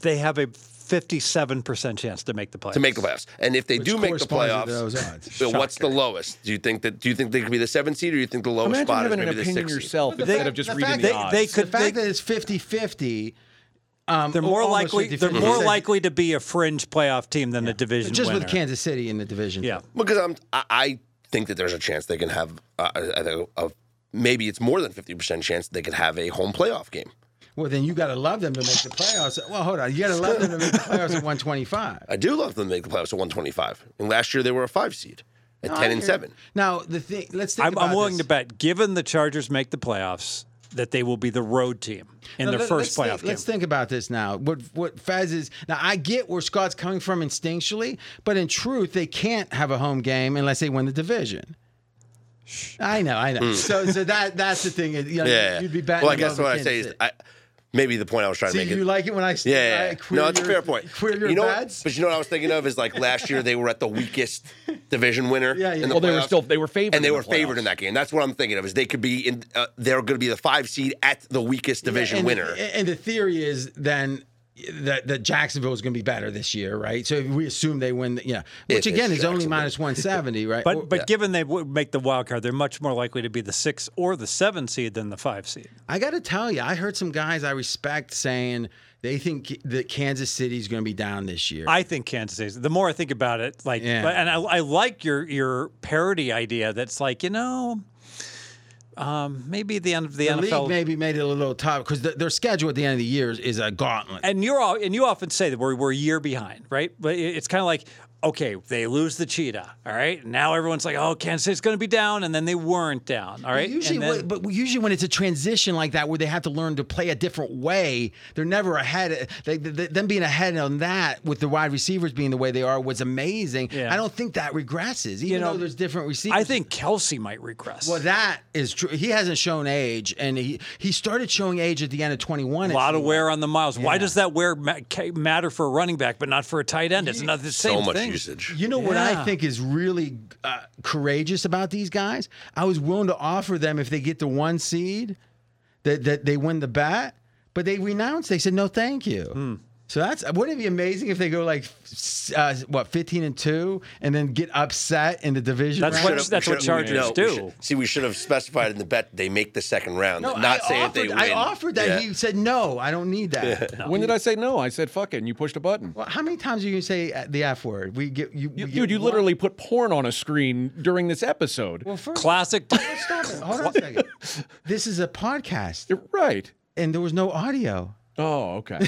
D: They have a fifty-seven percent chance to make the playoffs.
C: to make the playoffs? And if they do make the
B: Corresponds
C: playoffs,
B: to Those odds.
C: so what's the lowest? Do you think that? Do you think they could be the seventh seed, or do you think the lowest
E: Imagine
C: spot is
E: having
C: maybe
E: an
C: the
E: opinion
C: sixth? seed?
E: yourself
B: the
E: instead
B: fact-
E: of just
B: the
E: reading
B: fact
E: the
D: they-
E: odds.
D: they
B: the
D: could-
B: fact that it's 50 50. Um,
D: They're more
B: almost
D: likely. They're
B: 50-50.
D: more likely to be a fringe playoff team than a division
B: Just
D: winner.
B: with Kansas City in the division.
D: Yeah.
C: Because I'm, I, I think that there's a chance they can have uh, a, a, a, maybe it's more than fifty percent chance they could have a home playoff game.
B: Well, then you got to love them to make the playoffs. Well, hold on. You got to love them to make the playoffs at 125.
C: I do love them to make the playoffs at one twenty five, and last year they were a five seed at ten and seven.
B: Now, the thing, let's think
D: I'm,
B: about
D: I'm
B: this.
D: willing to bet, given the Chargers make the playoffs, that they will be the road team in
B: Now,
D: their
B: let-
D: first
B: let's
D: playoff
B: think,
D: game.
B: Let's think about this now. What what Fez is now? I get where Scott's coming from instinctually, but in truth, they can't have a home game unless they win the division. I know, I know. So, so that that's the thing. is, You know,
C: Hmm. Yeah,
B: you'd be betting.
C: Well, I
B: them
C: guess
B: over
C: what I
B: Kansas
C: say is
B: City.
C: I, maybe the point I was trying
B: See,
C: to make.
B: you
C: is,
B: like it when I
C: yeah,
B: st-
C: yeah, yeah.
B: I queer
C: no, it's a
B: your-
C: fair point.
B: Queer your
C: you know, what-
B: bads.
C: but you know what I was thinking of is like last year they were at the weakest division winner.
B: Yeah, yeah.
C: in the
E: well, they were
C: playoffs.
E: still they were favored,
C: and they
E: in
C: were
E: the
C: favored in
E: playoffs.
C: that game. That's what I'm thinking of. Is they could be in? Uh, they're going to be the five seed at the weakest division
B: and,
C: winner.
B: And the theory is then that that Jacksonville is going to be better this year, right? So if we assume they win, the, yeah. Which
C: If
B: again
C: it's
B: is only
C: Jacksonville.
B: minus 170, right? Or-
D: But but given they would make the wild card, they're much more likely to be the six or the seven seed than the five seed.
B: I got to tell you, I heard some guys I respect saying they think that Kansas City's going to be down this year.
D: I think Kansas City. The more I think about it, like,
B: Yeah.
D: but- and I, I like your your parody idea. That's like you know, um, maybe the end of the,
B: the
D: NFL.
B: league maybe made it a little tough because th their schedule at the end of the year is, is a gauntlet.
D: and you're all, and you often say that we're, we're a year behind, right? But it- it's kind of like okay, they lose the cheetah, all right. Now everyone's like, oh, Kansas City's going to be down, and then they weren't down, all right.
B: Usually,
D: and then-
B: what- but usually when it's a transition like that where they have to learn to play a different way, they're never ahead. They, they, them being ahead on that with the wide receivers being the way they are was amazing.
D: Yeah.
B: I don't think that regresses, even
D: know,
B: though there's different receivers.
D: I think Kelsey might regress.
B: Well, that is true. He hasn't shown age, and he he started showing age at the end of 21.
D: a lot of wear on the miles. Why does that wear ma- ca- matter for a running back, but not for a tight end? It's not the same
C: so much
D: thing.
C: usage.
B: You know what I
D: Yeah.
B: think is really uh, courageous about these guys? I was willing to offer them if they get the one seed that, that they win the bat, but they renounced. They said no, thank you.
E: Hmm.
B: So that's wouldn't it be amazing if they go like s- uh, what 15 and 2 and then get upset in the division?
D: That's
B: round?
D: what-
C: Should've- we
D: that's what
C: should've-
D: Chargers
C: no, we
D: do.
C: should- see, we should have specified in the bet they make the second round,
B: No,
C: not
B: I
C: say
B: offered,
C: if they win.
B: I offered that.
C: Yeah.
B: He said no, I don't need that.
E: When did I say no? I said fuck it, and you pushed a button.
B: Well, how many times are you gonna say uh, the F word? We get you, we
E: You-
B: get
E: dude, you
B: one-
E: literally put porn on a screen during this episode.
B: Well, first,
D: Classic.
B: stop it. Hold on a second. This is a podcast,
E: You're right.
B: and there was no audio.
E: Oh, okay.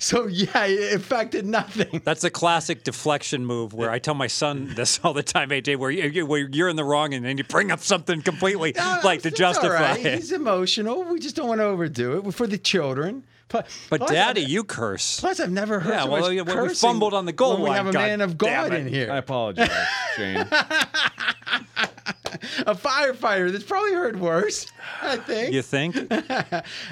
B: So yeah, it affected nothing.
D: That's a classic deflection move where I tell my son this all the time, AJ, where, you, you- where you're in the wrong and then you bring up something completely
B: No,
D: like to
B: it's all
D: justify
B: right.
D: it.
B: He's emotional. We just don't want to overdo it for the children. Pl-
D: But
B: plus,
D: daddy,
B: I've-
D: you curse.
B: Plus, I've never heard
D: Yeah,
B: so
D: well,
B: much
D: yeah, well, we
B: cursing
D: fumbled on the goal
B: when We
D: line,
B: have a
D: God
B: man of
D: damn
B: God
D: it.
B: in
E: I
B: here,
E: apologize, Shane.
B: a firefighter that's probably heard worse. I think.
D: You think?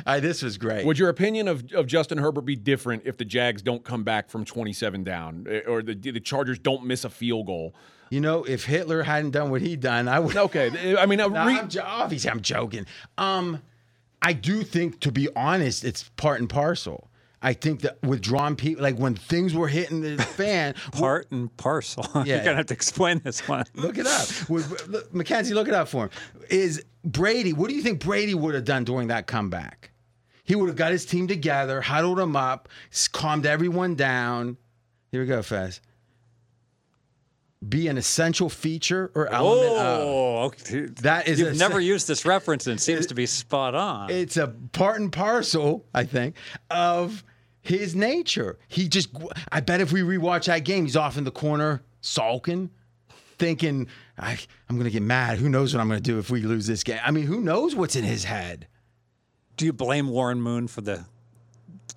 B: I, this was great.
E: Would your opinion of, of Justin Herbert be different if the Jags don't come back from 27 down eh, or the, the Chargers don't miss a field goal?
B: you know, if Hitler hadn't done what he done, I would.
E: Okay. eh, I mean, a
B: No,
E: re-
B: I'm jo- obviously I'm joking. Um, I do think, to be honest, it's part and parcel. I think that with drawn people, like when things were hitting the fan,
D: Part and parcel. You're
B: Yeah.
D: gonna have to explain this one.
B: look it up. With, look, Mackenzie, look it up for him. Is Brady? What do you think Brady would have done during that comeback? He would have got his team together, huddled them up, s- calmed everyone down. Here we go, Fez. Be an essential feature or element of.
D: Oh, okay.
B: That is a-
D: You've never used this reference, and it seems to be spot on.
B: it's a part and parcel, I think, of his nature. He just, I bet if we rewatch that game, he's off in the corner sulking, thinking, I, I'm going to get mad. Who knows what I'm going to do if we lose this game? I mean, who knows what's in his head?
D: Do you blame Warren Moon for the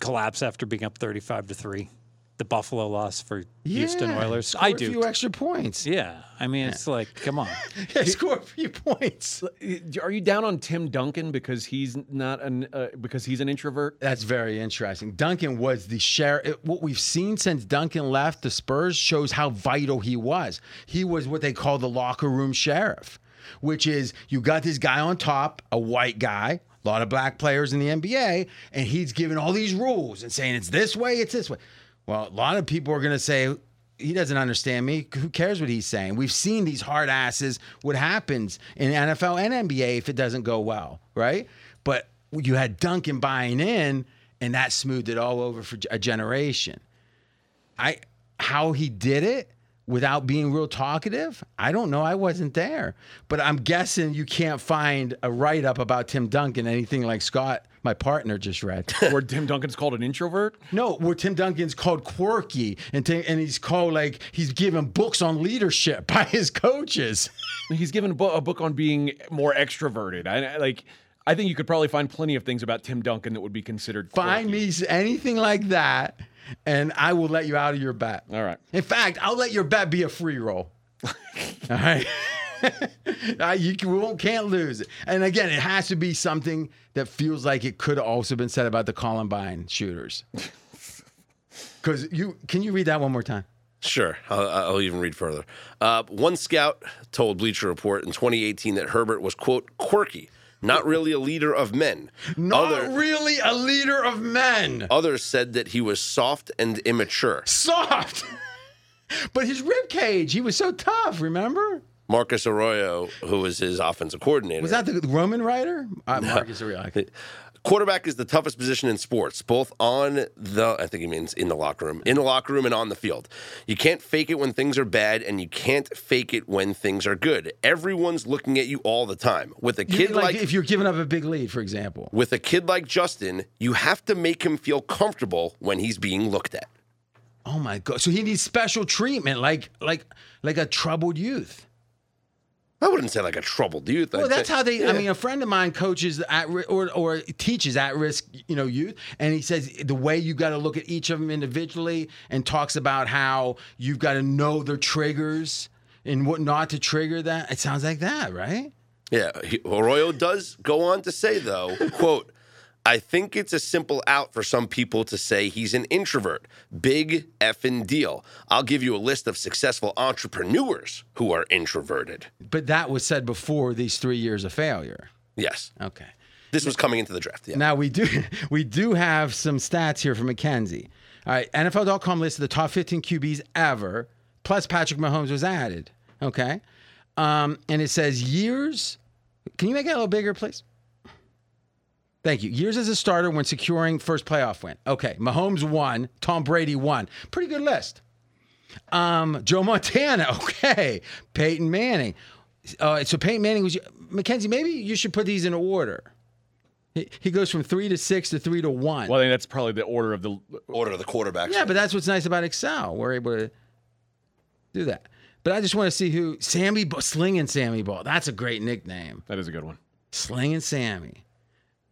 D: collapse after being up 35 to 3? The Buffalo loss for Houston
B: Yeah,
D: Oilers?
B: score
D: I
B: A
D: do.
B: few extra points.
D: yeah. I mean, it's like, come on.
B: Yeah, score a few points.
E: Are you down on Tim Duncan because he's not an uh, because he's an introvert?
B: That's very interesting. Duncan was the share. it- What we've seen since Duncan left the Spurs shows how vital he was. He was what they call the locker room sheriff, which is you got this guy on top, a white guy, a lot of black players in the NBA, and he's giving all these rules and saying it's this way, it's this way. Well, a lot of people are going to say, he doesn't understand me. Who cares what he's saying? We've seen these hard asses, what happens in NFL and NBA if it doesn't go well, right? But you had Duncan buying in, and that smoothed it all over for a generation. I how he did it without being real talkative, I don't know. I wasn't there. But I'm guessing you can't find a write up about Tim Duncan, anything like Scott, my partner, just read.
E: Where Tim Duncan's called an introvert?
B: No, where Tim Duncan's called quirky and Tim, and he's called like he's given books on leadership by his coaches.
E: He's given a, bu- a book on being more extroverted. I I- like. I think you could probably find plenty of things about Tim Duncan that would be considered.
B: Find me s- anything like that, and I will let you out of your bet.
E: All right.
B: In fact, I'll let your bet be a free roll. All right. Uh, you can, we won't, can't lose. And again, it has to be something that feels like it could have also been said about the Columbine shooters. Because you can you read that one more time?
C: Sure, I'll, I'll even read further. Uh, one scout told Bleacher Report in 2018 that Herbert was quote quirky, not really a leader of men.
B: Not
C: Other-
B: really a leader of men.
C: others said that he was soft and immature.
B: soft. but his rib cage, he was so tough, remember?
C: Marcus Arroyo, who was his offensive coordinator,
B: Was that the Roman writer? Uh, Marcus Aurelius.
C: quarterback is the toughest position in sports, both on the I think he means in the locker room, in the locker room and on the field. You can't fake it when things are bad and you can't fake it when things are good. Everyone's looking at you all the time. With a
B: You
C: kid
B: mean like,
C: like,
B: if you're giving up a big lead, for example.
C: with a kid like Justin, you have to make him feel comfortable when he's being looked at.
B: Oh my god. So he needs special treatment, like like like a troubled youth.
C: I wouldn't say like a troubled youth.
B: Well,
C: I'd
B: that's
C: say-
B: how they.
C: Yeah.
B: I mean, a friend of mine coaches at ri- or or teaches at risk, you know, youth, and he says the way you got to look at each of them individually, and talks about how you've got to know their triggers and what not to trigger. That it sounds like that, right?
C: Yeah, he- Arroyo does go on to say, though, quote, I think it's a simple out for some people to say he's an introvert. Big effing deal. I'll give you a list of successful entrepreneurs who are introverted.
B: But that was said before these three years of failure.
C: Yes,
B: Okay.
C: this was coming into the draft. Yeah.
B: Now we do we do have some stats here from McKenzie. All right, NFL.com listed the top 15 QBs ever, plus Patrick Mahomes was added. Okay. Um, and it says years. Can you make it a little bigger, please? Thank you. Years as a starter when securing first playoff win. Okay. Mahomes won. Tom Brady won. Pretty good list. Um, Joe Montana. Okay. Peyton Manning. Uh, so Peyton Manning was Mackenzie. Maybe you should put these in order. He, he goes from three to six to three to one.
E: Well, I think that's probably the order of the.
C: Order of the quarterbacks.
B: yeah, but that's what's nice about Excel. We're able to do that. But I just want to see who Sammy Ball, Slinging Sammy Ball. That's a great nickname,
E: That is a good one.
B: Slinging Sammy.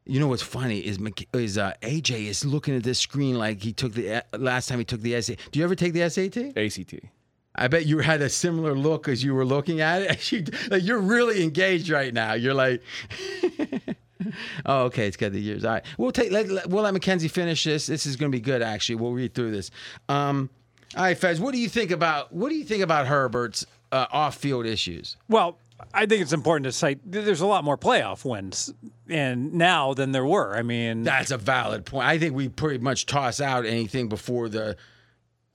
B: You know what's funny is Mc- is uh, AJ is looking at this screen like he took the uh, last time he took the SAT. Do you ever take the SAT?
E: ACT.
B: I bet you had a similar look as you were looking at it. You, like you're really engaged right now. You're like, oh, okay, it's got the years. All right, we'll take. Let, let- we'll let Mackenzie finish this. This is going to be good. Actually, we'll read through this. Um, all right, Fez, what do you think about what do you think about Herbert's uh, off-field issues?
D: Well, I think it's important to cite th- there's a lot more playoff wins and now than there were. I mean,
B: That's a valid point. I think we pretty much toss out anything before the.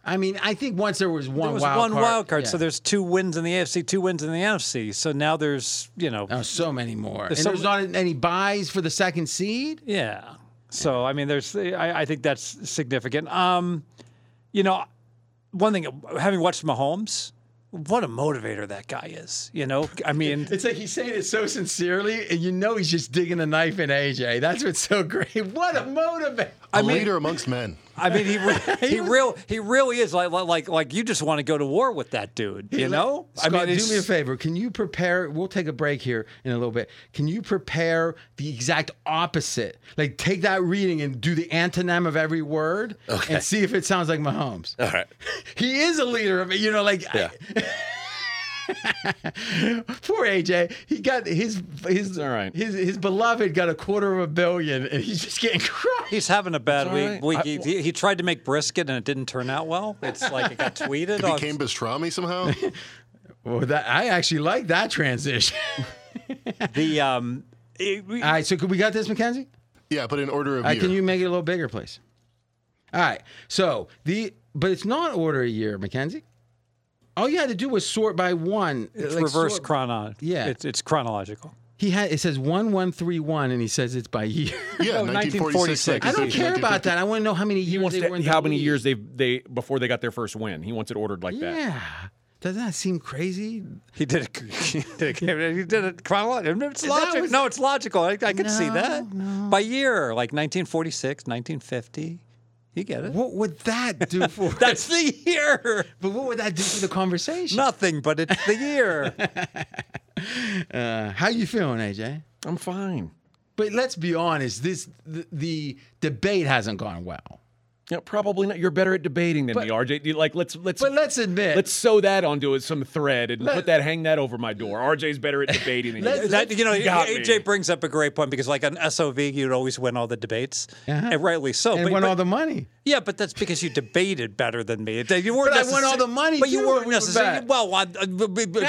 B: I mean, I think once there was one
D: there was
B: wild
D: one
B: card.
D: wild card,
B: yeah.
D: so there's two wins in the AFC, two wins in the NFC. So now there's you know,
B: Oh, so many more. and
D: There's so
B: there's not any buys for the second seed.
D: yeah. So I mean, there's I, I think that's significant. Um, you know, one thing having watched Mahomes, what a motivator that guy is. You know, I mean,
B: It's like he's saying it so sincerely, and you know he's just digging a knife in AJ. That's what's so great. What a motivator!
F: A leader amongst men.
D: I mean, he re- he real he really is like like- like like you just want to go to war with that dude, you know?
B: Scott,
D: I mean,
B: do me a favor. Can you prepare? We'll take a break here in a little bit. Can you prepare the exact opposite? Like take that reading and do the antonym of every word, and see if it sounds like Mahomes.
C: All right.
B: he is a leader of it. You know, like
C: Yeah.
B: poor AJ. He got his his
E: all right.
B: his his beloved got a quarter of a billion, and he's just getting crushed.
D: He's having a bad
E: all
D: week.
E: right.
D: week.
E: I-
D: he, he- he tried to make brisket and it didn't turn out well. It's like it got tweeted.
F: It
B: uh,
D: on-
F: became pastrami somehow.
B: Well, that I actually like that transition.
D: the um. it- we-
B: All right, so could we got this, Mackenzie?
F: yeah, but in order of
B: All right,
F: year.
B: Uh, can you make it a little bigger, please? All right. So the but it's not order a year, Mackenzie. All you had to do was sort by one.
D: it's
B: like
D: reverse
B: sort-
D: chronological.
B: Yeah.
D: it's, it's chronological.
B: he had it says one one three one, and he says it's by year.
F: yeah,
D: Oh,
F: 1946.
D: 1946.
B: I don't care about that. I want to know how many years
E: He wants
B: they
E: to-
B: were in the
E: how many
B: league.
E: years they have they before they got their first win. He wants it ordered like that.
B: Yeah. Doesn't that seem crazy?
D: He did it. He did it, he did it chronological. It's
B: That
D: logical.
B: was-
D: no, it's logical. I, I can see
B: No,
D: that by year, like 1946, 1950. You get it.
B: What would that do for
D: That's the year.
B: But what would that do for the conversation?
D: Nothing, but it's the year.
B: Uh, how you feeling, AJ?
E: I'm fine.
B: But let's be honest, this the, the debate hasn't gone well.
E: Yeah, probably not. You're better at debating than me, RJ. You- Like let's let's
B: But let's admit,
E: let's sew that onto it some thread and put that hang that over my door. RJ's better at debating than you.
D: That, you know,
E: got
D: AJ
E: me.
D: brings up a great point because, like, on SOV, you'd always win all the debates,
B: Uh-huh.
D: and rightly so.
B: and
D: but,
B: won
D: but-
B: all the money.
D: yeah, but that's because you debated better than me. You weren't
B: But I won
D: necessar-
B: all the money,
D: but
B: too,
D: you weren't
B: when we were
D: necessarily.
B: back.
D: Well, I, uh, I- b- b-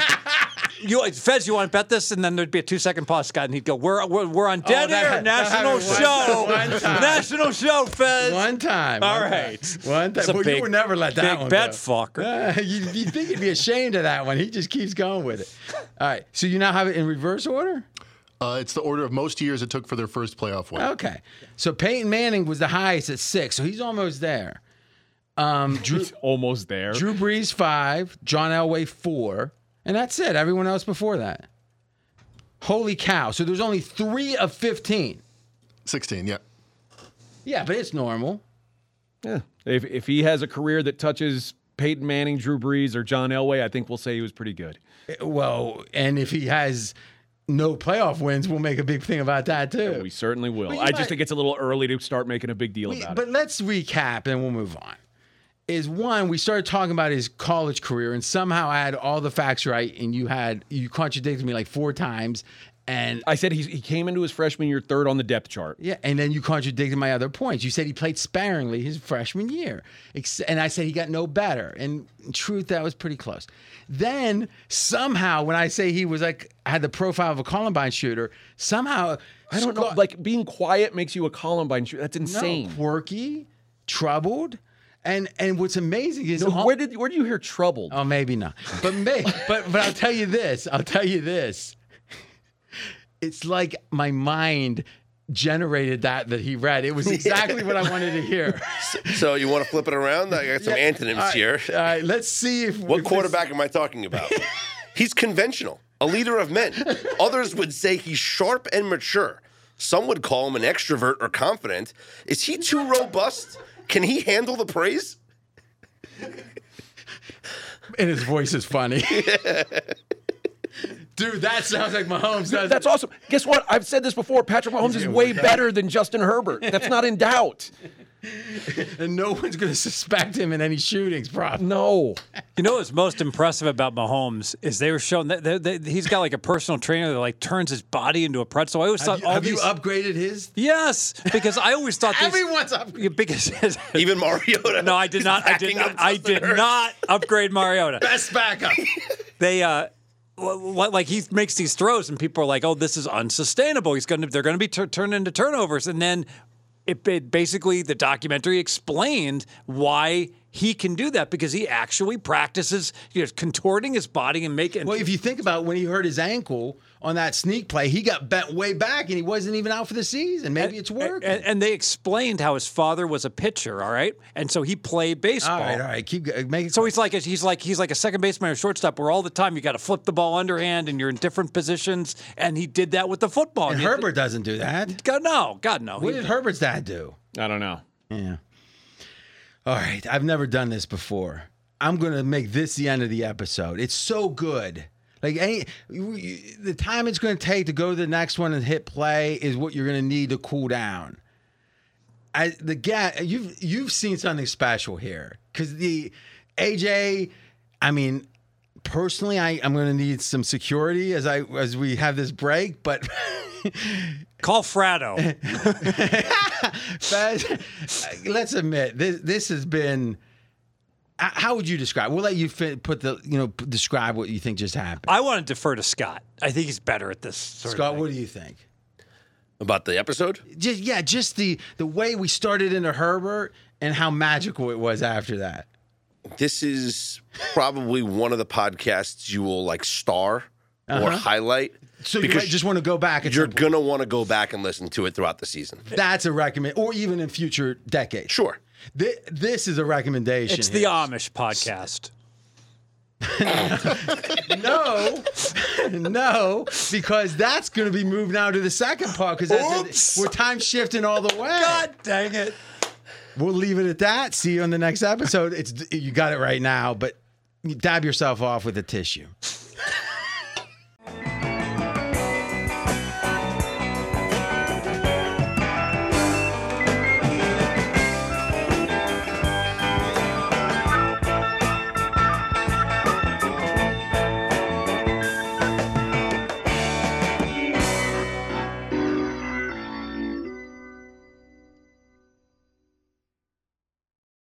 D: you Fez, you want to bet this, and then there'd be a two-second pause, Scott, and he'd go, "We're we're, we're on dead
B: Oh, that-
D: air,
B: that
D: national
B: happened one-
D: show,
B: one time.
D: national show, Fez."
B: One time.
D: All
B: All right,
D: right.
B: One time.
D: It's a
B: Well,
D: big-
B: you would never let that
D: big
B: one
D: bet,
B: go.
D: fucker.
B: Uh, you, you think he'd be ashamed of that one. He just keeps going with it. All right. So you now have it in reverse order?
F: Uh, it's the order of most years it took for their first playoff win.
B: Okay. So Peyton Manning was the highest at six, so he's almost there. Um, Drew,
E: He's almost there.
B: Drew Brees five, John Elway four, and that's it. Everyone else before that. Holy cow! So there's only three of fifteen.
F: 16, yeah.
B: Yeah, but it's normal.
E: Yeah. If if he has a career that touches Peyton Manning, Drew Brees, or John Elway, I think we'll say he was pretty good.
B: Eh, Well, and if he has no playoff wins, we'll make a big thing about that too.
D: Oh,
E: We certainly will.
B: you
E: I
B: might-
E: just think it's a little early to start making a big deal
B: We-
E: about
B: but
E: it.
B: let's recap and we'll move on. Is one we started talking about his college career and somehow I had all the facts right and you had you contradicted me like four times and
E: I said he, he came into his freshman year third on the depth chart.
B: yeah and then you contradicted my other points. You said he played sparingly his freshman year ex- and I said he got no better and in truth that was pretty close. Then somehow when I say he was like had the profile of a Columbine shooter somehow
E: I don't know. Like being quiet makes you a Columbine shooter. That's insane.
B: quirky, troubled and and what's amazing is all-
E: Where did where do you hear troubled?
B: Oh, maybe not. But may, but but I'll tell you this. I'll tell you this. It's like my mind generated that that he read. It was exactly what I wanted to hear.
C: So you want to flip it around? I got some antonyms
B: All right,
C: here.
B: All right, let's see if
C: What quarterback am I talking about? He's conventional, a leader of men. Others would say he's sharp and mature. Some would call him an extrovert or confident. Is he too robust? Can he handle the praise?
B: and his voice is funny. Dude, that sounds like Mahomes does.
E: That's awesome. Guess what? I've said this before. Patrick Mahomes is way better than Justin Herbert. That's not in doubt.
B: and no one's going to suspect him in any shootings, probably.
E: No.
D: You know what's most impressive about Mahomes is they were showing that that- that he's got like a personal trainer that like turns his body into a pretzel. I always thought
B: Have you,
D: all
B: have you
D: these
B: upgraded his?
D: Yes, because I always thought these,
B: Everyone's upgraded.
D: Yeah, because
C: Even Mariota.
D: no, I did
C: is
D: not. I did
C: backing
D: not.
C: up
D: I
C: Justin
D: did
C: Hurts.
D: not upgrade Mariota.
B: Best backup.
D: They uh, li- like he makes these throws and people are like, "Oh, this is unsustainable." He's going to they're going to be tur turned into turnovers, and then it, it basically the documentary explained why he can do that because he actually practices you know, contorting his body and making.
B: Well, if you think about when he hurt his ankle on that sneak play, he got bent way back and he wasn't even out for the season. Maybe it's
D: and,
B: working.
D: and they explained how his father was a pitcher, all right, and so he played baseball.
B: all right, all right. Keep go- make it.
D: So he's like a, he's like he's like a second baseman or shortstop where all the time you got to flip the ball underhand and you're in different positions. And he did that with the football.
B: and
D: You-
B: Herbert doesn't do that.
D: God no, God no.
B: What
D: He-
B: did Herbert's dad do?
E: I don't know.
B: Yeah. All right. I've never done this before. I'm going to make this the end of the episode. It's so good. Like any you- you- the time it's going to take to go to the next one and hit play is what you're going to need to cool down. I the guy you've you've seen something special here cuz the AJ I mean personally I I'm going to need some security as I as we have this break but
D: Call Fratto.
B: Fez, uh, let's admit this. This has been. h- How would you describe? We'll let you fit, put the you know p- describe what you think just happened.
D: I want to defer to Scott. I think he's better at this. Sort of
B: Scott,
D: thing.
B: what do you think?
C: About the episode?
B: Just yeah, just the the way we started into Herbert and how magical it was after that.
C: This is probably one of the podcasts you will like star or
D: Uh-huh.
C: highlight.
B: So you
C: because
B: might just want to go back. At
C: you're
B: some point.
C: gonna want to go back and listen to it throughout the season.
B: That's a recommend, or even in future decades.
C: Sure.
B: Thi- This is a recommendation.
D: It's the
B: here.
D: Amish podcast.
B: no, no, because that's going to be moved now to the second part because
D: Oops.
B: we're time shifting all the way.
D: God dang it!
B: We'll leave it at that. See you on the next episode. It's you got it right now, but dab yourself off with a tissue.